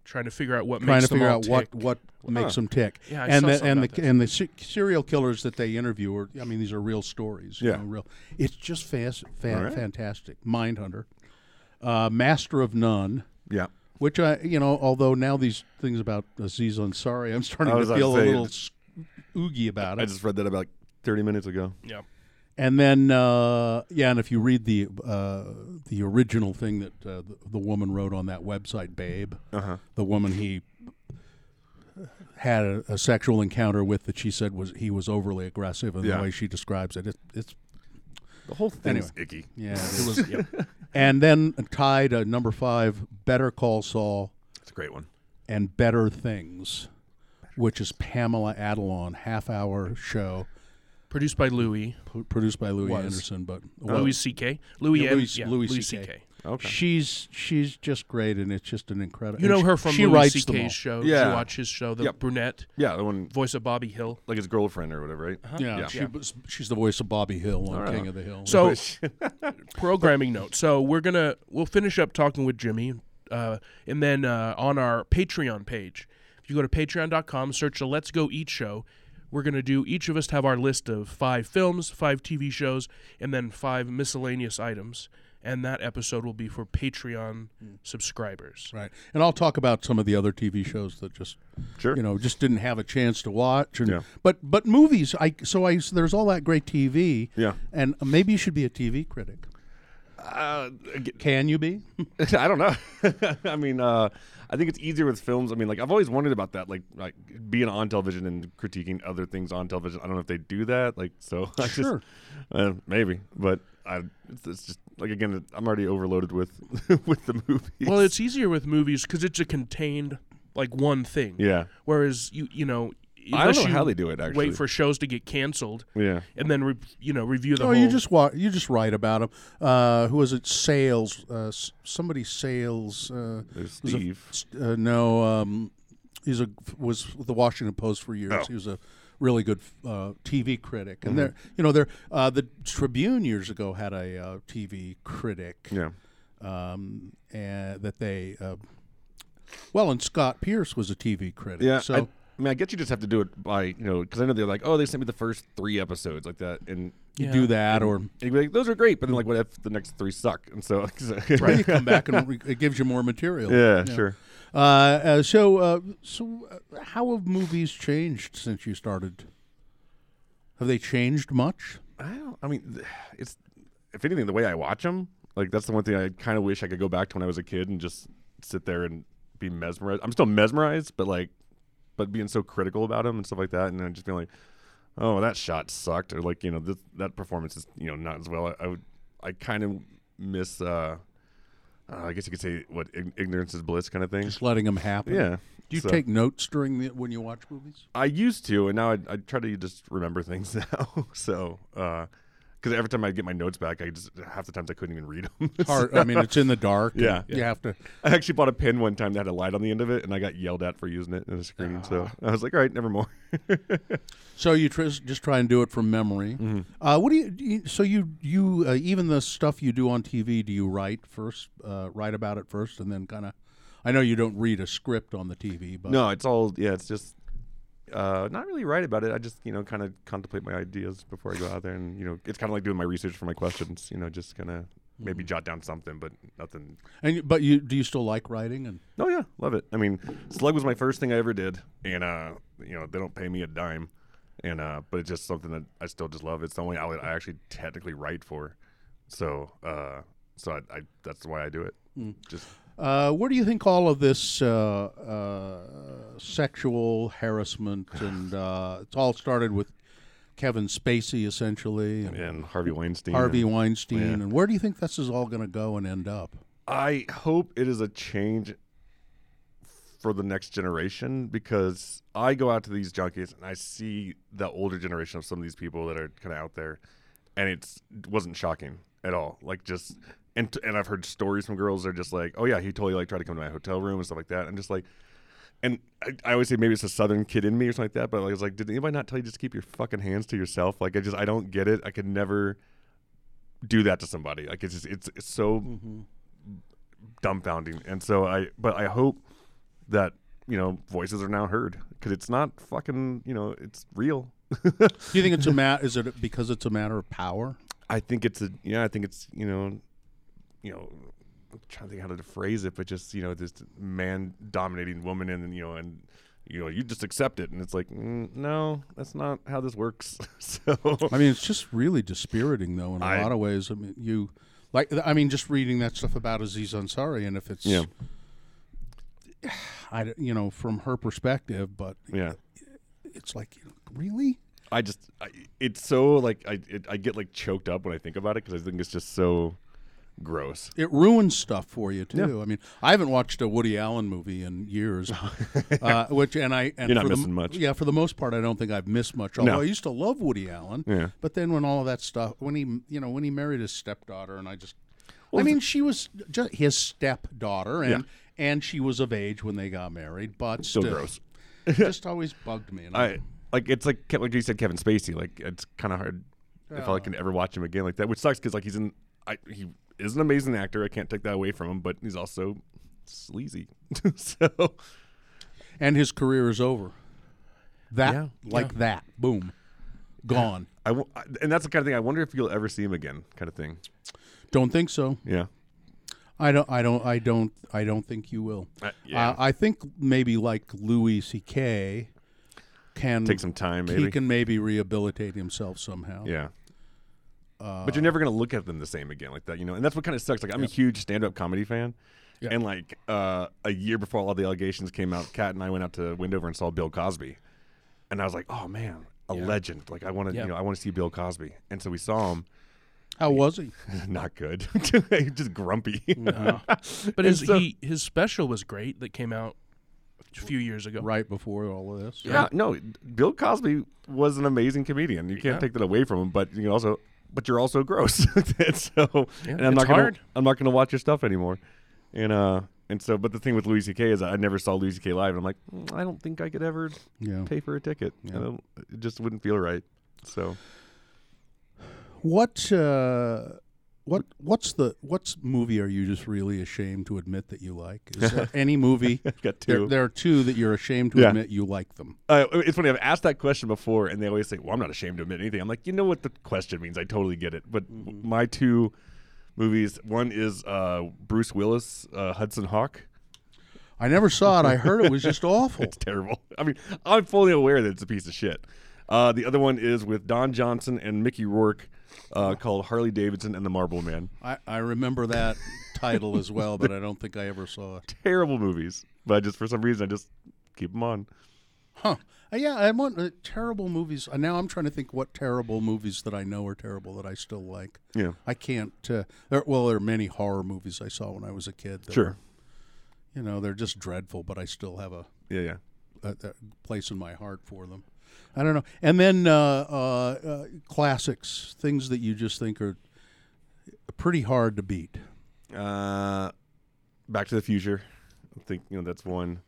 Speaker 3: trying to figure out what
Speaker 1: trying
Speaker 3: makes
Speaker 1: to figure
Speaker 3: them all
Speaker 1: out what
Speaker 3: tick.
Speaker 1: what makes them tick.
Speaker 3: Yeah, I
Speaker 1: and
Speaker 3: saw
Speaker 1: the,
Speaker 3: something
Speaker 1: and
Speaker 3: about
Speaker 1: the and the se- serial killers that they interview are I mean these are real stories. you
Speaker 2: Yeah.
Speaker 1: know, real. It's just fast, fa-
Speaker 2: right.
Speaker 1: fantastic. Mindhunter, uh, Master of None.
Speaker 2: Yeah.
Speaker 1: Which I, you know, although now these things about Aziz Ansari, I'm starting
Speaker 2: I
Speaker 1: to
Speaker 2: was about
Speaker 1: feel
Speaker 2: to
Speaker 1: a
Speaker 2: say,
Speaker 1: little s- oogie about
Speaker 2: I
Speaker 1: it.
Speaker 2: just read that about 30 minutes ago.
Speaker 3: Yeah.
Speaker 1: And then, uh, yeah, and if you read the uh, the original thing that uh, the, the woman wrote on that website, Babe, the woman he had a, a sexual encounter with that she said was he was overly aggressive, and
Speaker 2: Yeah.
Speaker 1: the way she describes it, it it's
Speaker 2: The whole thing is icky.
Speaker 1: yeah, it was. And then tied uh, number five, Better Call Saul,
Speaker 2: It's a great one.
Speaker 1: and Better Things, which is Pamela Adelon, half hour show
Speaker 3: Produced by Louis.
Speaker 1: p- produced by Louis Anderson, but
Speaker 3: Louis C.K. Louis
Speaker 1: Yeah,
Speaker 3: and-
Speaker 1: Louis-
Speaker 3: yeah,
Speaker 1: Louis
Speaker 3: Louis
Speaker 1: CK.
Speaker 3: C.K.
Speaker 2: Okay.
Speaker 1: She's she's just great, and it's just an incredible.
Speaker 3: You know her from
Speaker 1: she
Speaker 3: Louis
Speaker 1: writes them all.
Speaker 3: C.K.'s show. Did
Speaker 2: Yeah.
Speaker 3: you watch his show, the
Speaker 2: Yep.
Speaker 3: brunette
Speaker 2: Yeah, the one
Speaker 3: voice of Bobby Hill?
Speaker 2: like his girlfriend or whatever, right?
Speaker 1: Yeah,
Speaker 2: Yeah.
Speaker 1: She was, she's the voice of Bobby Hill on King of the Hill.
Speaker 3: So programming note. So we're gonna we'll finish up talking with Jimmy, uh, and then uh, on our Patreon page, if you go to patreon.com, search the Let's Go Eat Show. We're gonna do each of us have our list of five films, five TV shows, and then five miscellaneous items. And that episode will be for Patreon subscribers.
Speaker 1: right, and I'll talk about some of the other TV shows that just
Speaker 2: Sure.
Speaker 1: you know just didn't have a chance to watch. And,
Speaker 2: Yeah.
Speaker 1: But but movies, I so I so there's all that great TV.
Speaker 2: Yeah.
Speaker 1: and maybe you should be a TV critic.
Speaker 2: Uh,
Speaker 1: Can you be?
Speaker 2: I don't know. I mean, uh, I think it's easier with films. I mean, like I've always wondered about that, like like being on television and critiquing other things on television. I don't know if they do that. Like so, I just-
Speaker 1: Sure.
Speaker 2: uh, maybe, but I it's, it's just like again, I'm already overloaded with with the movies.
Speaker 3: Well, it's easier with movies because it's a contained like one thing.
Speaker 2: yeah,
Speaker 3: Whereas you you know
Speaker 2: I don't
Speaker 3: unless
Speaker 2: know
Speaker 3: you
Speaker 2: how they do it actually.
Speaker 3: wait for shows to get canceled
Speaker 2: yeah,
Speaker 3: and then re- you know review the
Speaker 1: Oh,
Speaker 3: whole.
Speaker 1: you just wa- you just write about him. Uh, who was it? Sales. Uh, s- somebody sales. Uh,
Speaker 2: there's
Speaker 1: was a-
Speaker 2: Steve.
Speaker 1: uh, no, um, he's a was with the Washington Post for years.
Speaker 2: Oh.
Speaker 1: He was a really good uh, TV critic,
Speaker 2: Mm-hmm.
Speaker 1: and there, you know, there uh, the Tribune years ago had a uh, TV critic,
Speaker 2: yeah,
Speaker 1: um, and that they, uh, well, and Scott Pierce was a TV critic.
Speaker 2: yeah.
Speaker 1: so
Speaker 2: I, I mean, I guess you just have to do it by you know because I know they're like, oh, they sent me the first three episodes like that, and
Speaker 1: you
Speaker 3: Yeah.
Speaker 1: do that, or
Speaker 2: you'd be like, those are great, but then like, what if the next three suck? And so,
Speaker 1: you come back and re- it gives you more material.
Speaker 2: yeah, sure.
Speaker 1: Uh, uh, so, uh, so uh, how have movies changed since you started? Have they changed much?
Speaker 2: I don't. I mean, th- it's if anything the way I watch them. Like that's the one thing I kind of wish I could go back to when I was a kid and just sit there and be mesmerized. I'm still mesmerized, but like, but being so critical about them and stuff like that, and then just being like, oh, that shot sucked, or like you know this, that performance is you know not as well. I, I would I kind of miss. uh uh, I guess you could say what ign- ignorance is bliss kind of thing.
Speaker 1: Just letting them happen.
Speaker 2: Yeah.
Speaker 1: Do you
Speaker 2: so-
Speaker 1: take notes during the, when you watch movies?
Speaker 2: I used to, and now I, I try to just remember things now. so, because every time I get my notes back, I just half the times I couldn't even read them.
Speaker 1: Hard. I mean, it's in the dark.
Speaker 2: Yeah.
Speaker 1: You have to.
Speaker 2: I actually bought a pen one time that had a light on the end of it, and I got yelled at for using it in a screen. So I was like, all right, never more.
Speaker 1: So you tr- just try and do it from memory.
Speaker 2: Mm-hmm.
Speaker 1: Uh, what do you, do you- So you you uh, even the stuff you do on TV, do you write first? Uh, write about it first, and then kind of. I know you don't read a script on the TV, but
Speaker 2: no, it's all yeah. It's just uh, not really right about it. I just you know kind of contemplate my ideas before I go out there, and you know it's kind of like doing my research for my questions. You know, just kind of maybe jot down something, but nothing
Speaker 1: and you- but you do you still like writing and
Speaker 2: Oh yeah, love it. I mean, Slug was my first thing I ever did, and uh, you know they don't pay me a dime, and uh, but it's just something that I still just love. It's the only outlet I actually technically write for, so uh, so I, I that's why I do it. Just
Speaker 1: Uh, where do you think all of this uh, uh, sexual harassment and uh, it's all started with Kevin Spacey essentially and
Speaker 2: and Harvey Weinstein.
Speaker 1: Harvey
Speaker 2: and-
Speaker 1: Weinstein
Speaker 2: Yeah.
Speaker 1: and where do you think this is all going to go and end up?
Speaker 2: I hope it is a change for the next generation because I go out to these junkies and I see the older generation of some of these people that are kind of out there, and it's it wasn't shocking at all. Like just and t- and I've heard stories from girls that are just like, oh yeah, he totally like tried to come to my hotel room and stuff like that. I'm just like. And I, I always say maybe it's a southern kid in me or something like that, but like, it's like, did anybody not tell you just keep your fucking hands to yourself? Like, I just, I don't get it. I could never do that to somebody. Like, it's just, it's, it's so dumbfounding. And so I, but I hope that you know voices are now heard because it's not fucking you know it's real.
Speaker 1: Do you think it's a mat? Is it because it's a matter of power?
Speaker 2: I think it's a yeah. I think it's you know, you know, I'm trying to think how to phrase it, but just you know, this man dominating woman, and then, you know, and you know, you just accept it, and it's like, mm, no, that's not how this works. so
Speaker 1: I mean, it's just really dispiriting, though, in a
Speaker 2: I-
Speaker 1: lot of ways. I mean, you like, I mean, just reading that stuff about Aziz Ansari, and if it's,
Speaker 2: Yeah.
Speaker 1: I, don't- you know, from her perspective, but
Speaker 2: yeah,
Speaker 1: it's like, you know, really?
Speaker 2: I just I, it's so like I it, I get like choked up when I think about it because I think it's just so gross.
Speaker 1: It ruins stuff for you too. I mean, I haven't watched a Woody Allen movie in years, uh, which and I and
Speaker 2: You're not
Speaker 1: for the-
Speaker 2: missing much.
Speaker 1: Yeah, for the most part, I don't think I've missed much. Although I used to love Woody Allen,
Speaker 2: Yeah.
Speaker 1: but then when all of that stuff, when he you know when he married his stepdaughter, and I just, I mean, she was just his stepdaughter, and and she was of age when they got married, but
Speaker 2: So
Speaker 1: still
Speaker 2: gross.
Speaker 1: It just always bugged me. And
Speaker 2: I like it's like Ke- like you said, Kevin Spacey. Like it's kind of hard if I can ever watch him again like that, which sucks because like he's an I, he is an amazing actor. I can't take that away from him, but he's also sleazy. so
Speaker 1: and his career is over. That
Speaker 2: Yeah.
Speaker 1: like that, boom, gone.
Speaker 2: I, wo- I- and that's the kind of thing. I wonder if you'll ever see him again, kind of thing.
Speaker 1: Don't think so.
Speaker 2: Yeah,
Speaker 1: I don't. I don't. I don't. I don't think you will.
Speaker 2: Uh, yeah.
Speaker 1: I think maybe like Louis C.K. can
Speaker 2: take some time
Speaker 1: He
Speaker 2: maybe.
Speaker 1: can maybe rehabilitate himself somehow.
Speaker 2: Yeah. but you're never gonna look at them the same again like that, you know. And that's what kind of sucks. Like I'm a huge stand-up comedy fan, and like uh, a year before all the allegations came out, Kat and I went out to Windover and saw Bill Cosby, and I was like, oh man, a legend. Like I want to,
Speaker 3: Yeah.
Speaker 2: you know, I want to see Bill Cosby. And so we saw him.
Speaker 1: How was he?
Speaker 2: Not good. Just grumpy.
Speaker 3: But his
Speaker 2: so-
Speaker 3: he his special was great that came out a few years ago.
Speaker 1: Right before all of this.
Speaker 2: Yeah, no, Bill Cosby was an amazing comedian. You can't take that away from him, but you can also, but you're also gross. and so, and I'm
Speaker 3: it's
Speaker 2: not gonna,
Speaker 3: hard.
Speaker 2: I'm not gonna watch your stuff anymore. And uh, and so, but the thing with Louis C.K. is I never saw Louis C.K. live, and I'm like, "Mm, I don't think I could ever
Speaker 1: Yeah.
Speaker 2: pay for a ticket. I don't, it just wouldn't feel right. So
Speaker 1: What? Uh, what? What's the? What's movie are you just really ashamed to admit that you like? Is there any movie?
Speaker 2: I've got two.
Speaker 1: There, there are two that you're ashamed to
Speaker 2: Yeah.
Speaker 1: admit you like them.
Speaker 2: Uh, it's funny. I've asked that question before, and they always say, "Well, I'm not ashamed to admit anything." I'm like, you know what the question means. I totally get it. But w- my two movies, one is uh, Bruce Willis, uh, Hudson Hawk.
Speaker 1: I never saw it. I heard it was just awful.
Speaker 2: It's terrible. I mean, I'm fully aware that it's a piece of shit. Uh, the other one is with Don Johnson and Mickey Rourke, uh, called Harley Davidson and the Marble Man.
Speaker 1: I, I remember that title as well, but I don't think I ever saw it.
Speaker 2: Terrible movies, but I just for some reason I just keep them on.
Speaker 1: Huh. Uh, yeah, I want uh, terrible movies. Uh, now I'm trying to think what terrible movies that I know are terrible that I still like.
Speaker 2: Yeah,
Speaker 1: I can't. Uh, there, well, there are many horror movies I saw when I was a kid. That,
Speaker 2: sure.
Speaker 1: You know, they're just dreadful, but I still have a,
Speaker 2: Yeah, yeah.
Speaker 1: a, a place in my heart for them. I don't know. And then uh, uh, uh, classics, things that you just think are pretty hard to beat.
Speaker 2: Uh, Back to the Future. I think you know that's one.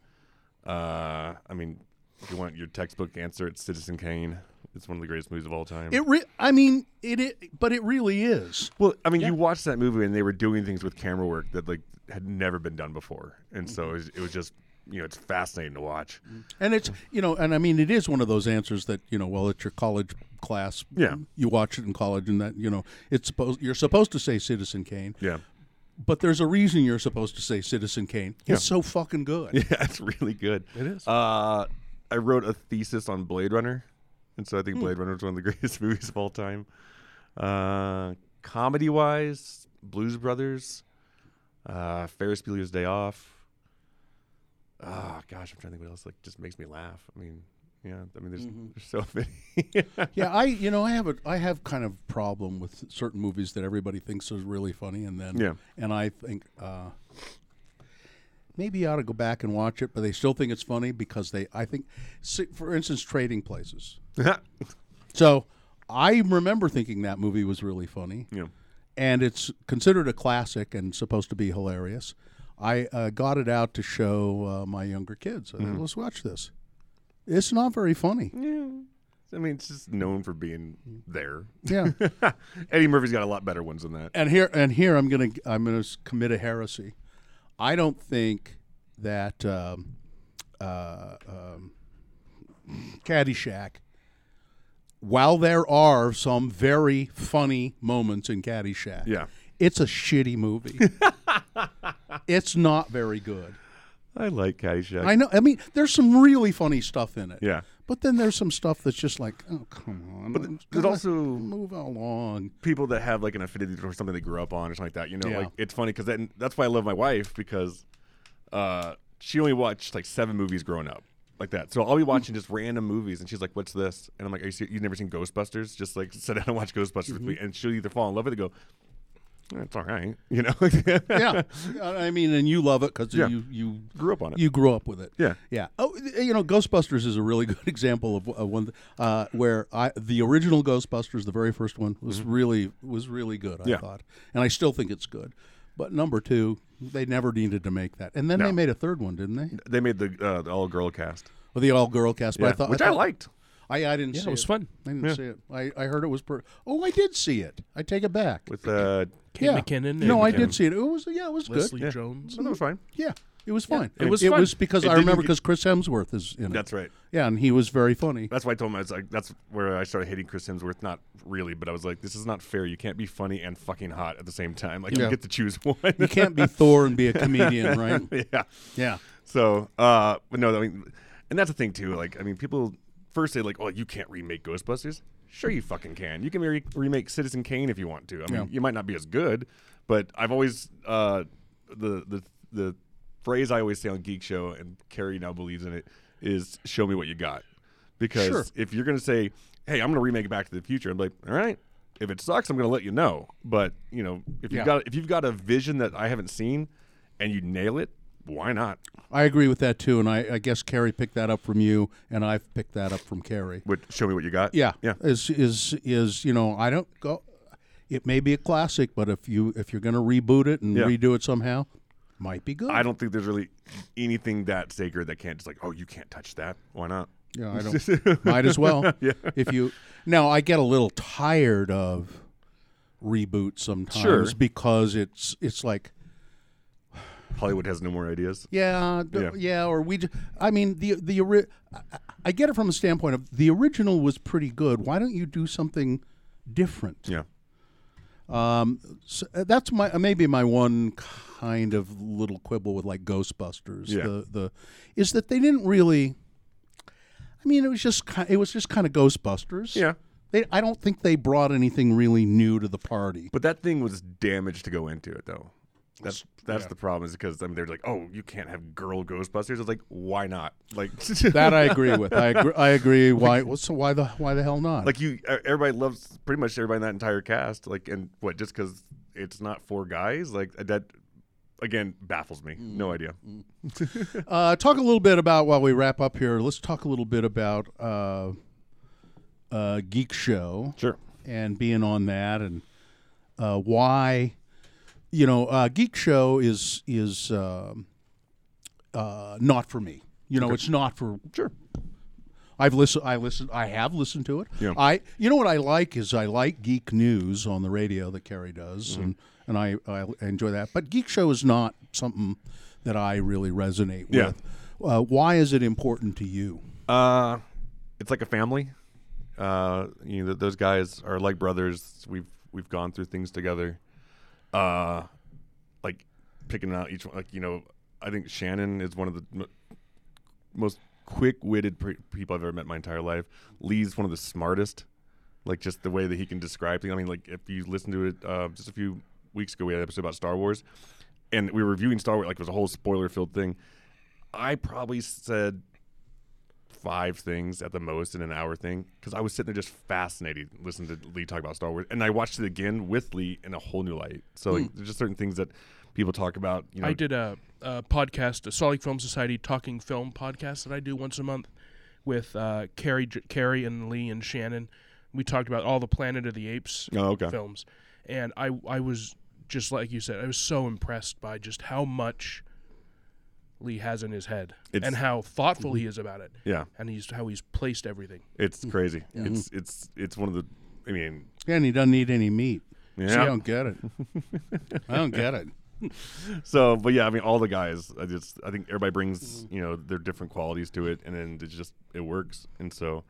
Speaker 2: Uh, I mean, if you want your textbook answer, it's Citizen Kane. It's one of the greatest movies of all time.
Speaker 1: It. Re- I mean, it, it. But it really is.
Speaker 2: well, I mean, you watch that movie and they were doing things with camera work that like had never been done before, and so it was, it was just you know it's fascinating to watch.
Speaker 1: And it's you know, and I mean, it is one of those answers that you know, well, it's your college class.
Speaker 2: Yeah.
Speaker 1: you watch it in college, and that you know, it's supposed you're supposed to say Citizen Kane,
Speaker 2: Yeah,
Speaker 1: but there's a reason you're supposed to say Citizen Kane. It's so fucking good.
Speaker 2: yeah, it's really good. It is. Uh, I wrote a thesis on Blade Runner, and so I think Blade Runner is one of the greatest movies of all time. Uh, comedy wise, Blues Brothers, uh, Ferris Bueller's Day Off. Ah, gosh, I'm trying to think what else like just makes me laugh. I mean, yeah, I mean, there's, there's so many.
Speaker 1: Yeah, I you know I have a I have kind of problem with certain movies that everybody thinks is really funny, and then
Speaker 2: Yeah.
Speaker 1: and I think uh, maybe you ought to go back and watch it, but they still think it's funny because they I think, si- for instance, Trading Places. So I remember thinking that movie was really funny,
Speaker 2: yeah,
Speaker 1: and it's considered a classic and supposed to be hilarious. I uh, got it out to show uh, my younger kids. I said, Let's watch this. It's not very funny.
Speaker 2: yeah. I mean, it's just known for being there.
Speaker 1: Yeah.
Speaker 2: Eddie Murphy's got a lot better ones than that.
Speaker 1: and here and here I'm gonna I'm gonna s- commit a heresy. I don't think that um, uh, um, Caddyshack, while there are some very funny moments in Caddyshack,
Speaker 2: Yeah.
Speaker 1: it's a shitty movie. it's not very good.
Speaker 2: I like Caddyshack.
Speaker 1: I know. I mean, there's some really funny stuff in it.
Speaker 2: Yeah.
Speaker 1: But then there's some stuff that's just like, oh come on.
Speaker 2: But
Speaker 1: I'm just
Speaker 2: there's
Speaker 1: gonna
Speaker 2: also-
Speaker 1: move along.
Speaker 2: people that have like an affinity for something they grew up on or something like that. You know,
Speaker 1: Yeah.
Speaker 2: like it's funny because that, that's why I love my wife because uh, she only watched like seven movies growing up like that. So
Speaker 1: Hmm.
Speaker 2: I'll be watching just random movies and she's like, "What's this?" And I'm like, Are you ser- "You've never seen Ghostbusters?" Just like sit down and watch Ghostbusters with
Speaker 1: Mm-hmm.
Speaker 2: me, and she'll either fall in love with it, or go, "That's all right," you know.
Speaker 1: Yeah. I mean, and you love it because
Speaker 2: Yeah.
Speaker 1: you you
Speaker 2: grew up on it.
Speaker 1: you grew up with it.
Speaker 2: Yeah.
Speaker 1: Yeah. Oh, you know, Ghostbusters is a really good example of, of one uh, where I the original Ghostbusters, the very first one, was really was really good. I
Speaker 2: Mm-hmm. Yeah.
Speaker 1: thought, and I still think it's good. But number two, they never needed to make that, and then they
Speaker 2: No.
Speaker 1: made a third one, didn't they?
Speaker 2: they made the, uh, the all girl cast,
Speaker 1: Or the all girl cast. But
Speaker 2: yeah,
Speaker 1: I thought
Speaker 2: which I,
Speaker 1: thought-
Speaker 2: liked.
Speaker 1: I, I didn't
Speaker 3: Yeah,
Speaker 1: see
Speaker 3: it was fun.
Speaker 1: I didn't see it. I, I heard it was per. Oh, I did see it. I take it back.
Speaker 2: With uh,
Speaker 3: Kate
Speaker 1: yeah.
Speaker 3: McKinnon.
Speaker 1: No, I
Speaker 3: and
Speaker 1: did see it. It was yeah, it was
Speaker 3: Leslie
Speaker 1: good.
Speaker 2: Yeah.
Speaker 3: Jones.
Speaker 2: so that was fine.
Speaker 1: Yeah, it was fine.
Speaker 3: it was
Speaker 1: It
Speaker 3: fun.
Speaker 1: was because
Speaker 2: It
Speaker 1: I
Speaker 2: didn't
Speaker 1: remember
Speaker 2: get-
Speaker 1: because Chris Hemsworth is in it.
Speaker 2: That's right.
Speaker 1: Yeah, and he was very funny.
Speaker 2: That's why I told him I was like, that's where I started hating Chris Hemsworth. Not really, but I was like, this is not fair. You can't be funny and fucking hot at the same time. Like
Speaker 1: Yeah.
Speaker 2: you get to choose one.
Speaker 1: You can't be Thor and be a comedian, right?
Speaker 2: yeah.
Speaker 1: Yeah.
Speaker 2: So, uh, but no, I mean, and that's the thing too. Like, I mean, people first say like, oh, you can't remake Ghostbusters. Sure, you fucking can. You can re- remake Citizen Kane if you want to. I mean,
Speaker 1: Yeah.
Speaker 2: you might not be as good, but I've always uh, the the the phrase I always say on Geek Show, and Carrie now believes in it, is "Show me what you got." Because
Speaker 1: Sure.
Speaker 2: if you're gonna say, "Hey, I'm gonna remake Back to the Future," I'm like, "All right." If it sucks, I'm gonna let you know. But you know, if
Speaker 1: Yeah.
Speaker 2: you've got if you've got a vision that I haven't seen, and you nail it, why not?
Speaker 1: I agree with that too, and I, I guess Carrie picked that up from you, and I've picked that up from Carrie.
Speaker 2: What, show me what you got.
Speaker 1: Yeah,
Speaker 2: Yeah.
Speaker 1: Is is is you know I don't go. It may be a classic, but if you if you're going to reboot it and
Speaker 2: Yeah.
Speaker 1: redo it somehow, might be good.
Speaker 2: I don't think there's really anything that sacred that can't just like, oh, you can't touch that. Why not?
Speaker 1: Yeah, I don't. might as well. Yeah. If you now, I get a little tired of reboots sometimes
Speaker 2: Sure.
Speaker 1: because it's it's like
Speaker 2: Hollywood has no more ideas.
Speaker 1: yeah, d- yeah
Speaker 2: Yeah.
Speaker 1: or we. j- I mean the the ori- I- I get it from the standpoint of the original was pretty good. Why don't you do something different?
Speaker 2: Yeah.
Speaker 1: So, uh, that's my uh, maybe my one kind of little quibble with like Ghostbusters.
Speaker 2: Yeah.
Speaker 1: The the is that they didn't really. I mean, it was just ki- it was just kind of Ghostbusters.
Speaker 2: Yeah.
Speaker 1: They, I don't think they brought anything really new to the party.
Speaker 2: But that thing was damaged to go into it though. That's that's the problem is because I mean they're like, oh, you can't have girl Ghostbusters. It's like, why not? Like
Speaker 1: That I agree with. I agree. I agree. Why? well, So why the why the hell not?
Speaker 2: like you e- everybody loves pretty much everybody in that entire cast like and what just because it's not four guys like that again baffles me no idea
Speaker 1: Uh, talk a little bit about while we wrap up here. Let's talk a little bit about uh, uh, Geek Show.
Speaker 2: sure
Speaker 1: and being on that and uh, why you know uh, geek show is is um, uh, not for me you know it's not for
Speaker 2: sure
Speaker 1: i've listened i listened i have listened to it
Speaker 2: Yeah.
Speaker 1: i you know what i like is i like geek news on the radio that carrie does
Speaker 2: Mm-hmm.
Speaker 1: and and I, I enjoy that but geek show is not something that i really resonate
Speaker 2: Yeah.
Speaker 1: with uh, why is it important to you
Speaker 2: Uh, it's like a family. Uh, you know, th- those guys are like brothers. We've we've gone through things together. Uh, like picking out each one. Like you know, I think Shannon is one of the m- most quick-witted pre- people I've ever met in my entire life. Lee's one of the smartest. Like just the way that he can describe things. I mean, like if you listen to it, uh, just a few weeks ago we had an episode about Star Wars, and we were reviewing Star Wars. Like it was a whole spoiler-filled thing. I probably said five things at the most in an hour thing because I was sitting there just fascinated listening to Lee talk about Star Wars, and I watched it again with Lee in a whole new light. So like, there's just certain things that people talk about. You know,
Speaker 3: Hmm. I did a, a podcast, a Salt Lake Film Society talking film podcast that I do once a month with uh, Carrie, J- Carrie and Lee and Shannon. We talked about all the Planet of the Apes
Speaker 2: Oh, okay.
Speaker 3: films, and I I was just like you said, I was so impressed by just how much Lee has in his head
Speaker 2: It's-
Speaker 3: and how thoughtful he is about it.
Speaker 2: Yeah.
Speaker 3: and he's how he's placed everything.
Speaker 2: It's crazy. It's it's it's one of the. I mean,
Speaker 1: and he doesn't need any meat See,
Speaker 2: Yeah.
Speaker 1: i don't get it i don't get it
Speaker 2: so, but yeah, I mean, all the guys, I just, I think everybody brings, you know, their different qualities to it, and then it just it works. And so,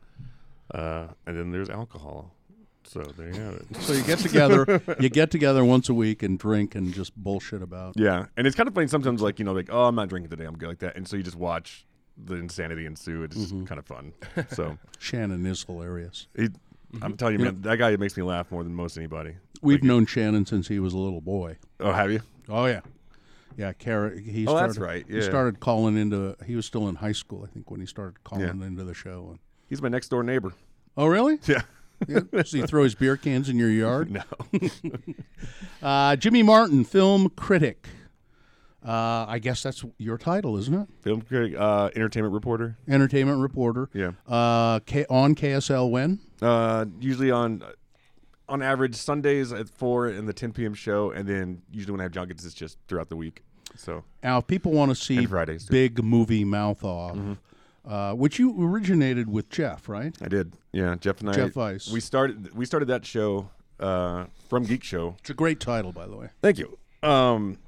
Speaker 2: uh, and then there's alcohol. So there you have it.
Speaker 1: So you get together, you get together once a week and drink and just bullshit about.
Speaker 2: Yeah, and it's kind of funny sometimes, like you know, like oh, I'm not drinking today, I'm good like that, and so you just watch the insanity ensue. It's kind of fun. So
Speaker 1: Shannon is hilarious.
Speaker 2: he, I'm telling you, man, that guy makes me laugh more than most anybody.
Speaker 1: We've known Shannon since he was a little boy.
Speaker 2: Oh, have you?
Speaker 1: Oh yeah, yeah. Cara, he
Speaker 2: Oh,
Speaker 1: started,
Speaker 2: that's right,
Speaker 1: He
Speaker 2: yeah.
Speaker 1: started calling into. He was still in high school, I think, when he started calling into the show. And,
Speaker 2: He's my next door neighbor.
Speaker 1: oh really?
Speaker 2: Yeah.
Speaker 1: Yeah. So you throw his beer cans in your yard?
Speaker 2: No.
Speaker 1: Uh, Jimmy Martin, film critic. Uh, I guess that's your title, isn't it?
Speaker 2: Film critic, uh, entertainment reporter.
Speaker 1: Entertainment reporter.
Speaker 2: Yeah.
Speaker 1: Uh, K- on KSL when?
Speaker 2: Uh, usually on, on average Sundays at four in the 10 p.m. show, and then usually when I have junkets, it's just throughout the week. So
Speaker 1: Now, if people want to see
Speaker 2: And Fridays, too.
Speaker 1: big movie mouth off,
Speaker 2: Mm-hmm.
Speaker 1: uh, which you originated with Jeff, right?
Speaker 2: I did. Yeah, Jeff and
Speaker 1: Jeff
Speaker 2: I.
Speaker 1: Ice.
Speaker 2: We started. We started that show uh, from Geek Show.
Speaker 1: It's a great title, by the way.
Speaker 2: Thank you. Um,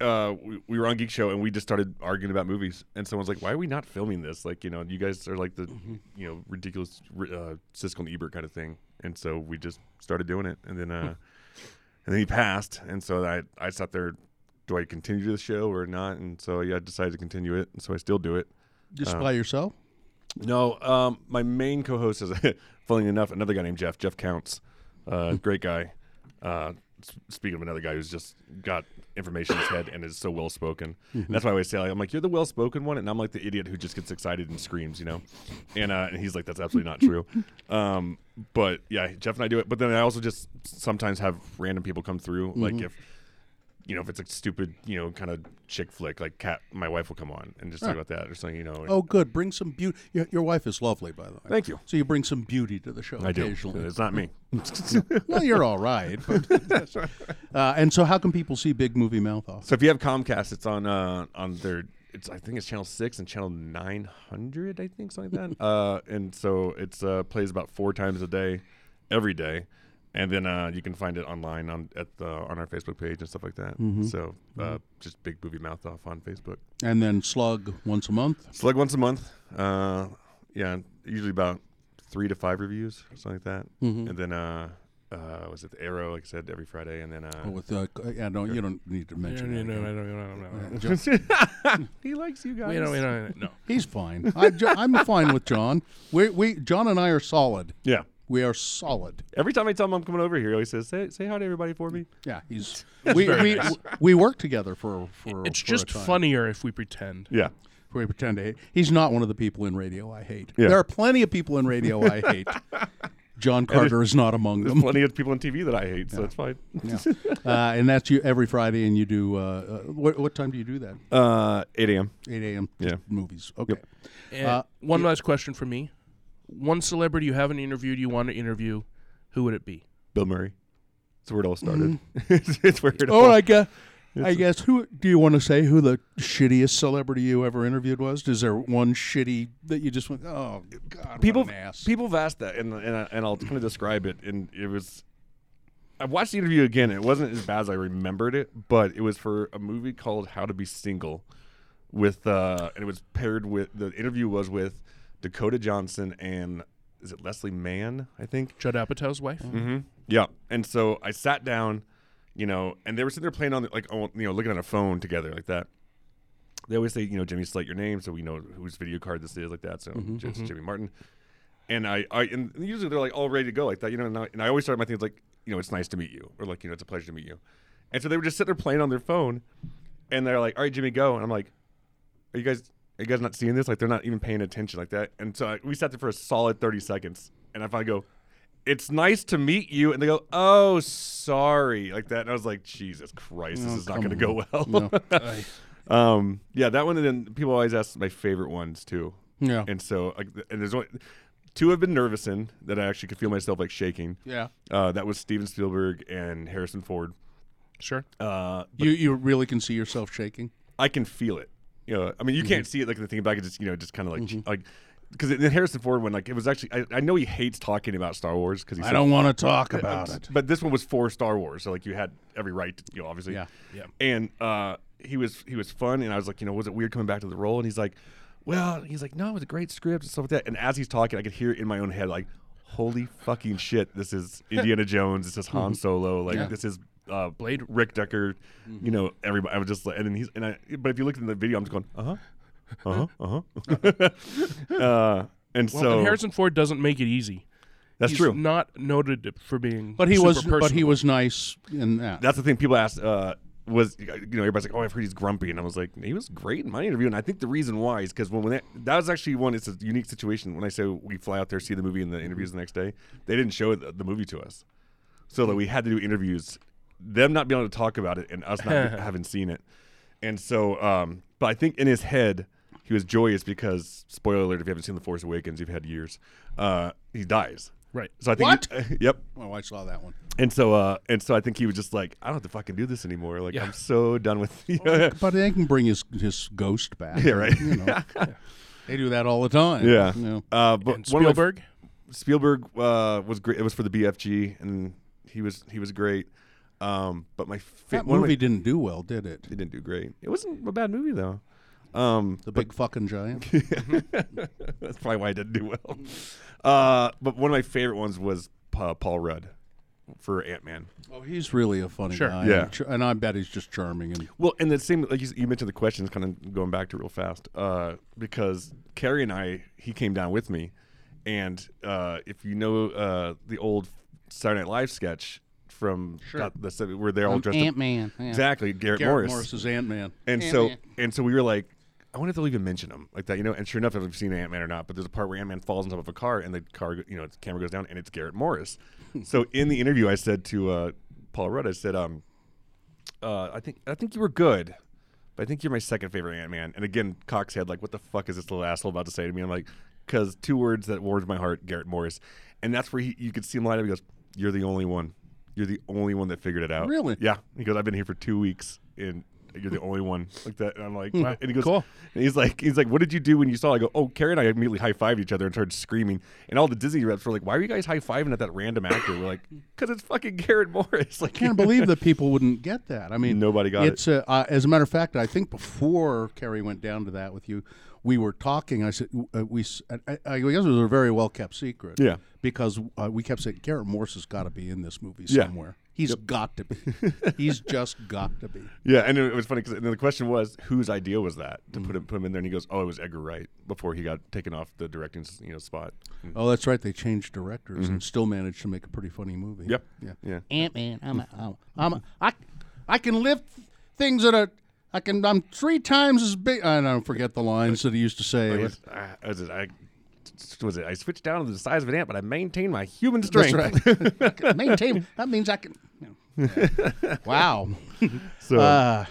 Speaker 2: uh, we, we were on Geek Show and we just started arguing about movies. And someone's like, "Why are we not filming this? Like, you know, you guys are like the, you know, ridiculous ri- uh, Siskel and Ebert kind of thing." And so we just started doing it. And then, uh, and then he passed. And so I I sat there, do I continue the show or not? And so yeah, I decided to continue it. And so I still do it.
Speaker 1: Just
Speaker 2: Uh.
Speaker 1: by yourself?
Speaker 2: No, um, my main co-host is, funnily enough, another guy named Jeff. Jeff Counts, uh, great guy. Uh, s- speaking of another guy who's just got information in his head and is so well spoken, that's why I always say like, I'm like you're the well spoken one, and I'm like the idiot who just gets excited and screams, you know. And, uh, and he's like, that's absolutely not true. um, but yeah, Jeff and I do it. But then I also just sometimes have random people come through, like if you know if it's a stupid you know kind of chick flick, like Cat, my wife will come on and just talk about that or something, you know. and-
Speaker 1: Oh, good. Bring some beauty. Your, your wife is lovely, by the way.
Speaker 2: Thank you.
Speaker 1: So you bring some beauty to the show
Speaker 2: I do.
Speaker 1: occasionally.
Speaker 2: It's not me.
Speaker 1: well, you're all right. But, uh, and so, how can people see Big Movie Mouth Off?
Speaker 2: so if you have Comcast, it's on uh, on their. It's I think it's channel six and channel nine hundred. I think something like that. uh, and so it's uh, plays about four times a day, every day, and then uh, you can find it online on at the, on our Facebook page and stuff like that.
Speaker 3: Mm-hmm.
Speaker 2: So uh, just big booby mouth off on Facebook.
Speaker 1: And then Slug once a month.
Speaker 2: It's like once a month. Uh, yeah, usually about three to five reviews, something like that.
Speaker 3: Mm-hmm.
Speaker 2: And then uh, uh, was it the Arrow? Like I said, every Friday, and then uh,
Speaker 3: Oh,
Speaker 1: With uh, yeah, no, you don't need to
Speaker 3: No,
Speaker 1: mention
Speaker 3: no,
Speaker 1: it.
Speaker 3: no, no, no, no, no, no.
Speaker 2: he likes you guys.
Speaker 3: Wait, no, wait, no, no, no.
Speaker 1: He's fine. I, Jo- I'm fine with John. We we John and I are solid.
Speaker 2: Yeah.
Speaker 1: We are solid.
Speaker 2: Every time I tell him I'm coming over here, he always says, "Say, say hi to everybody for me."
Speaker 1: Yeah, he's we we, we work together for for.
Speaker 3: It's
Speaker 1: for a
Speaker 3: just
Speaker 1: time.
Speaker 3: funnier if we pretend.
Speaker 2: Yeah,
Speaker 1: We pretend to hate. He's not one of the people in radio I hate.
Speaker 2: Yeah.
Speaker 1: There are plenty of people in radio I hate. John Carter is not among
Speaker 2: there's
Speaker 1: them.
Speaker 2: plenty of people on TV that I hate, so it's fine.
Speaker 1: Uh, and that's you every Friday, and you do. Uh, uh, what, what time do you do that?
Speaker 2: Uh, 8 a.m.
Speaker 1: 8 a.m.
Speaker 2: Yeah.
Speaker 1: Movies. Okay.
Speaker 3: And
Speaker 1: Uh,
Speaker 3: one last question for me: One celebrity you haven't interviewed, you want to interview, who would it be?
Speaker 2: Bill Murray. It's where it all started. it's where it all.
Speaker 1: All right, guess. Oh, I guess who do you want to say who the shittiest celebrity you ever interviewed was? Is there one shitty that you just went, oh god,
Speaker 2: people
Speaker 1: what an ass?
Speaker 2: people have asked that, and and, I, and I'll kind of describe it. And it was, I watched the interview again. It wasn't as bad as I remembered it, but it was for a movie called How to Be Single, with uh, and it was paired with the interview was with Dakota Johnson and is it Leslie Mann? I think.
Speaker 3: Judd Apatow's wife.
Speaker 2: hmm Yeah. And so I sat down, you know, and they were sitting there playing on the, like, oh, you know, looking at a phone together like that. They always say, you know, Jimmy, slate your name so we know whose video card this is, like that. So it's Jimmy Martin. And I, I, and usually they're like all ready to go like that, you know. And I, and I always start my things like, you know, it's nice to meet you, or like, you know, it's a pleasure to meet you. And so they were just sitting there playing on their phone, and they're like, all right, Jimmy, go. And I'm like, are you guys are you guys not seeing this? Like they're not even paying attention like that. And so I, we sat there for a solid thirty seconds, and I finally go, "It's nice to meet you," and they go, "Oh, sorry," like that. And I was like, "Jesus Christ, this is not going to go well." um, yeah, that one. And then people always ask my favorite ones too.
Speaker 1: Yeah.
Speaker 2: And so like, th- and there's only two I've been nervous in that I actually could feel myself like shaking.
Speaker 1: yeah.
Speaker 2: Uh, that was Steven Spielberg and Harrison Ford.
Speaker 3: Sure.
Speaker 2: Uh,
Speaker 1: You you really can see yourself shaking. Mm-hmm.
Speaker 2: I can feel it. You know, I mean, you can't see it like the thing back. It's just you know, just kind of like ch- like because in the Harrison Ford one, like it was actually, I, I know he hates talking about Star Wars because he
Speaker 1: I
Speaker 2: said-
Speaker 1: don't want to talk about it.
Speaker 2: But this one was for Star Wars, so like you had every right, to, you know, obviously.
Speaker 1: Yeah.
Speaker 3: Yeah.
Speaker 2: And uh, he was he was fun, and I was like, you know, was it weird coming back to the role? And he's like, well, he's like, no, it was a great script and stuff like that. And as he's talking, I could hear it in my own head, like, holy fucking shit, this is Indiana Jones, this is Han Solo, like this is. Uh,
Speaker 3: Mm-hmm. Blade- Mm-hmm.
Speaker 2: Rick Decker, you know everybody. I was just like, and then he's and I. But if you look in the video, I'm just going, uh huh, uh huh, uh huh. uh, and
Speaker 3: Well,
Speaker 2: so
Speaker 3: and Harrison Ford doesn't make it easy.
Speaker 2: that's
Speaker 3: He's
Speaker 2: true.
Speaker 3: Not noted for being,
Speaker 1: But he
Speaker 3: super
Speaker 1: was, but he
Speaker 3: personable.
Speaker 1: was nice in that.
Speaker 2: that's the thing people asked uh, was you know everybody's like oh i've heard he's grumpy and i was like he was great in my interview and i think the reason why is because when, when that, that was actually one it's a unique situation when i say we fly out there see the movie and the interviews the next day they didn't show the, the movie to us so that we had to do interviews them not being able to talk about it and us not having seen it and so um, but i think in his head he was joyous because spoiler alert if you haven't seen the force awakens you've had years uh, he dies
Speaker 3: right.
Speaker 2: so i think
Speaker 1: What?
Speaker 2: yep
Speaker 1: Oh, I saw that one.
Speaker 2: and so, uh, and so I think he was just like, I don't have to fucking do this anymore. Like,
Speaker 3: Yeah.
Speaker 2: I'm so done with. yeah,
Speaker 1: But they can bring his his ghost back.
Speaker 2: Yeah, right.
Speaker 1: You know, they do that all the time.
Speaker 2: yeah.
Speaker 1: You know.
Speaker 2: Uh, but
Speaker 3: And
Speaker 2: one of my-
Speaker 3: Spielberg,
Speaker 2: Spielberg uh, was great. It was for the BFG, and he was he was great. Um, but my fa-
Speaker 1: That
Speaker 2: one of my-
Speaker 1: movie didn't do well, did it?
Speaker 2: it didn't do great. It wasn't a bad movie though. Um,
Speaker 1: The big fucking giant.
Speaker 2: that's probably why it didn't do well.
Speaker 1: Mm.
Speaker 2: Uh, but one of my favorite ones was uh, Paul Rudd for Ant Man.
Speaker 1: Oh, he's really a funny
Speaker 3: Sure.
Speaker 1: guy.
Speaker 2: Yeah.
Speaker 1: and ch- and I bet he's just charming. And
Speaker 2: Well, and the same, like you, s- you mentioned, the questions kind of going back to real fast uh, because Carrie and I, he came down with me, and uh, if you know uh, the old Saturday Night Live sketch from not the se- where they're all dressed up,
Speaker 1: Man.
Speaker 2: exactly Garrett,
Speaker 1: Garrett
Speaker 2: Morris,
Speaker 1: Morris is Ant Man.
Speaker 2: and so and so we were like, I wonder if they'll even mention him like that, you know. And sure enough, if we've seen Ant Man or not, but there's a part where Ant Man falls on top of a car, and the car, go- you know, the camera goes down, and it's Garrett Morris. so in the interview, I said to uh, Paul Rudd, I said, um, uh, I think I think you were good, but I think you're my second favorite Ant Man. And again, Cox had like, what the fuck is this little asshole about to say to me? I'm like, because two words that warmed my heart, Garrett Morris, and that's where he, you could see him light up. He goes, "You're the only one. You're the only one that figured it out."
Speaker 1: Really?
Speaker 2: Yeah. He goes, "I've been here for two weeks, and you're the only one like that." And I'm like,
Speaker 1: Hmm.
Speaker 2: and he goes,
Speaker 3: cool.
Speaker 2: And he's like, he's like, "What did you do when you saw?" I go, "Oh, Carrie and I immediately high fived each other and started screaming." And all the Disney reps were like, "Why are you guys high fiving at that random actor?" We're like, "Cause it's fucking Garrett Morris." Like,
Speaker 1: Can't believe that people wouldn't get that. I mean,
Speaker 2: Nobody got it.
Speaker 1: it's A, uh, as a matter of fact, I think before Kerry went down to that with you, we were talking. I said uh, we. s- I, I- I guess it was a very well kept secret.
Speaker 2: Yeah.
Speaker 1: Because uh, we kept saying Garrett Morris has got to be in this movie
Speaker 2: Yeah.
Speaker 1: somewhere. He's got to be. He's just got to be.
Speaker 2: Yeah, and it was funny because the question was whose idea was that
Speaker 1: Hmm.
Speaker 2: to put him put him in there, and he goes, "Oh, it was Edgar Wright before he got taken off the directing s- you know spot." And-
Speaker 1: Oh, that's right. They changed directors and still managed to make a pretty funny movie.
Speaker 2: Mm-hmm. Yep.
Speaker 1: Yeah.
Speaker 2: Yeah.
Speaker 1: Ant Man. I'm. A, I'm. I'm a, I. I can lift things that are. I can. I'm three times as big. I don't forget the lines that he used to say.
Speaker 2: It was, I, I was, I, was it? I switched down to the size of an ant, but I maintained my human strength.
Speaker 1: That's right. Maintain. That means I can. you know. Wow.
Speaker 2: so
Speaker 1: Uh,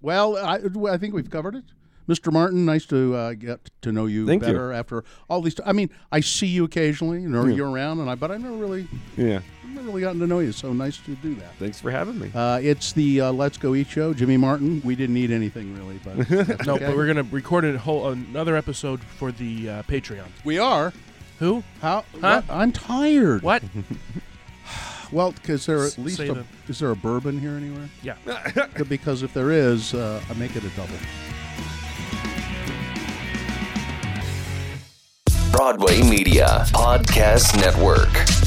Speaker 1: well, I, I think we've covered it. Mr. Martin, nice to uh, get to know you
Speaker 2: Thank you.
Speaker 1: better after all these. T- I mean, I see you occasionally, you know, you're around, and I but I never really,
Speaker 2: yeah,
Speaker 1: never really gotten to know you. So nice to do that.
Speaker 2: thanks for having me.
Speaker 1: Uh, it's the uh, Let's Go Eat Show. Jimmy Martin. We didn't eat anything really, but that's
Speaker 3: no,
Speaker 1: okay.
Speaker 3: but we're gonna record a whole another episode for the uh, Patreon.
Speaker 1: we are.
Speaker 3: Who?
Speaker 1: How?
Speaker 3: Huh?
Speaker 1: what? I'm tired.
Speaker 3: What?
Speaker 1: Well, because there at
Speaker 3: S-
Speaker 1: least
Speaker 3: say
Speaker 1: a,
Speaker 3: the-
Speaker 1: is there a bourbon here anywhere?
Speaker 3: yeah.
Speaker 1: Because if there is, uh, I make it a double.
Speaker 4: Broadway Media Podcast Network.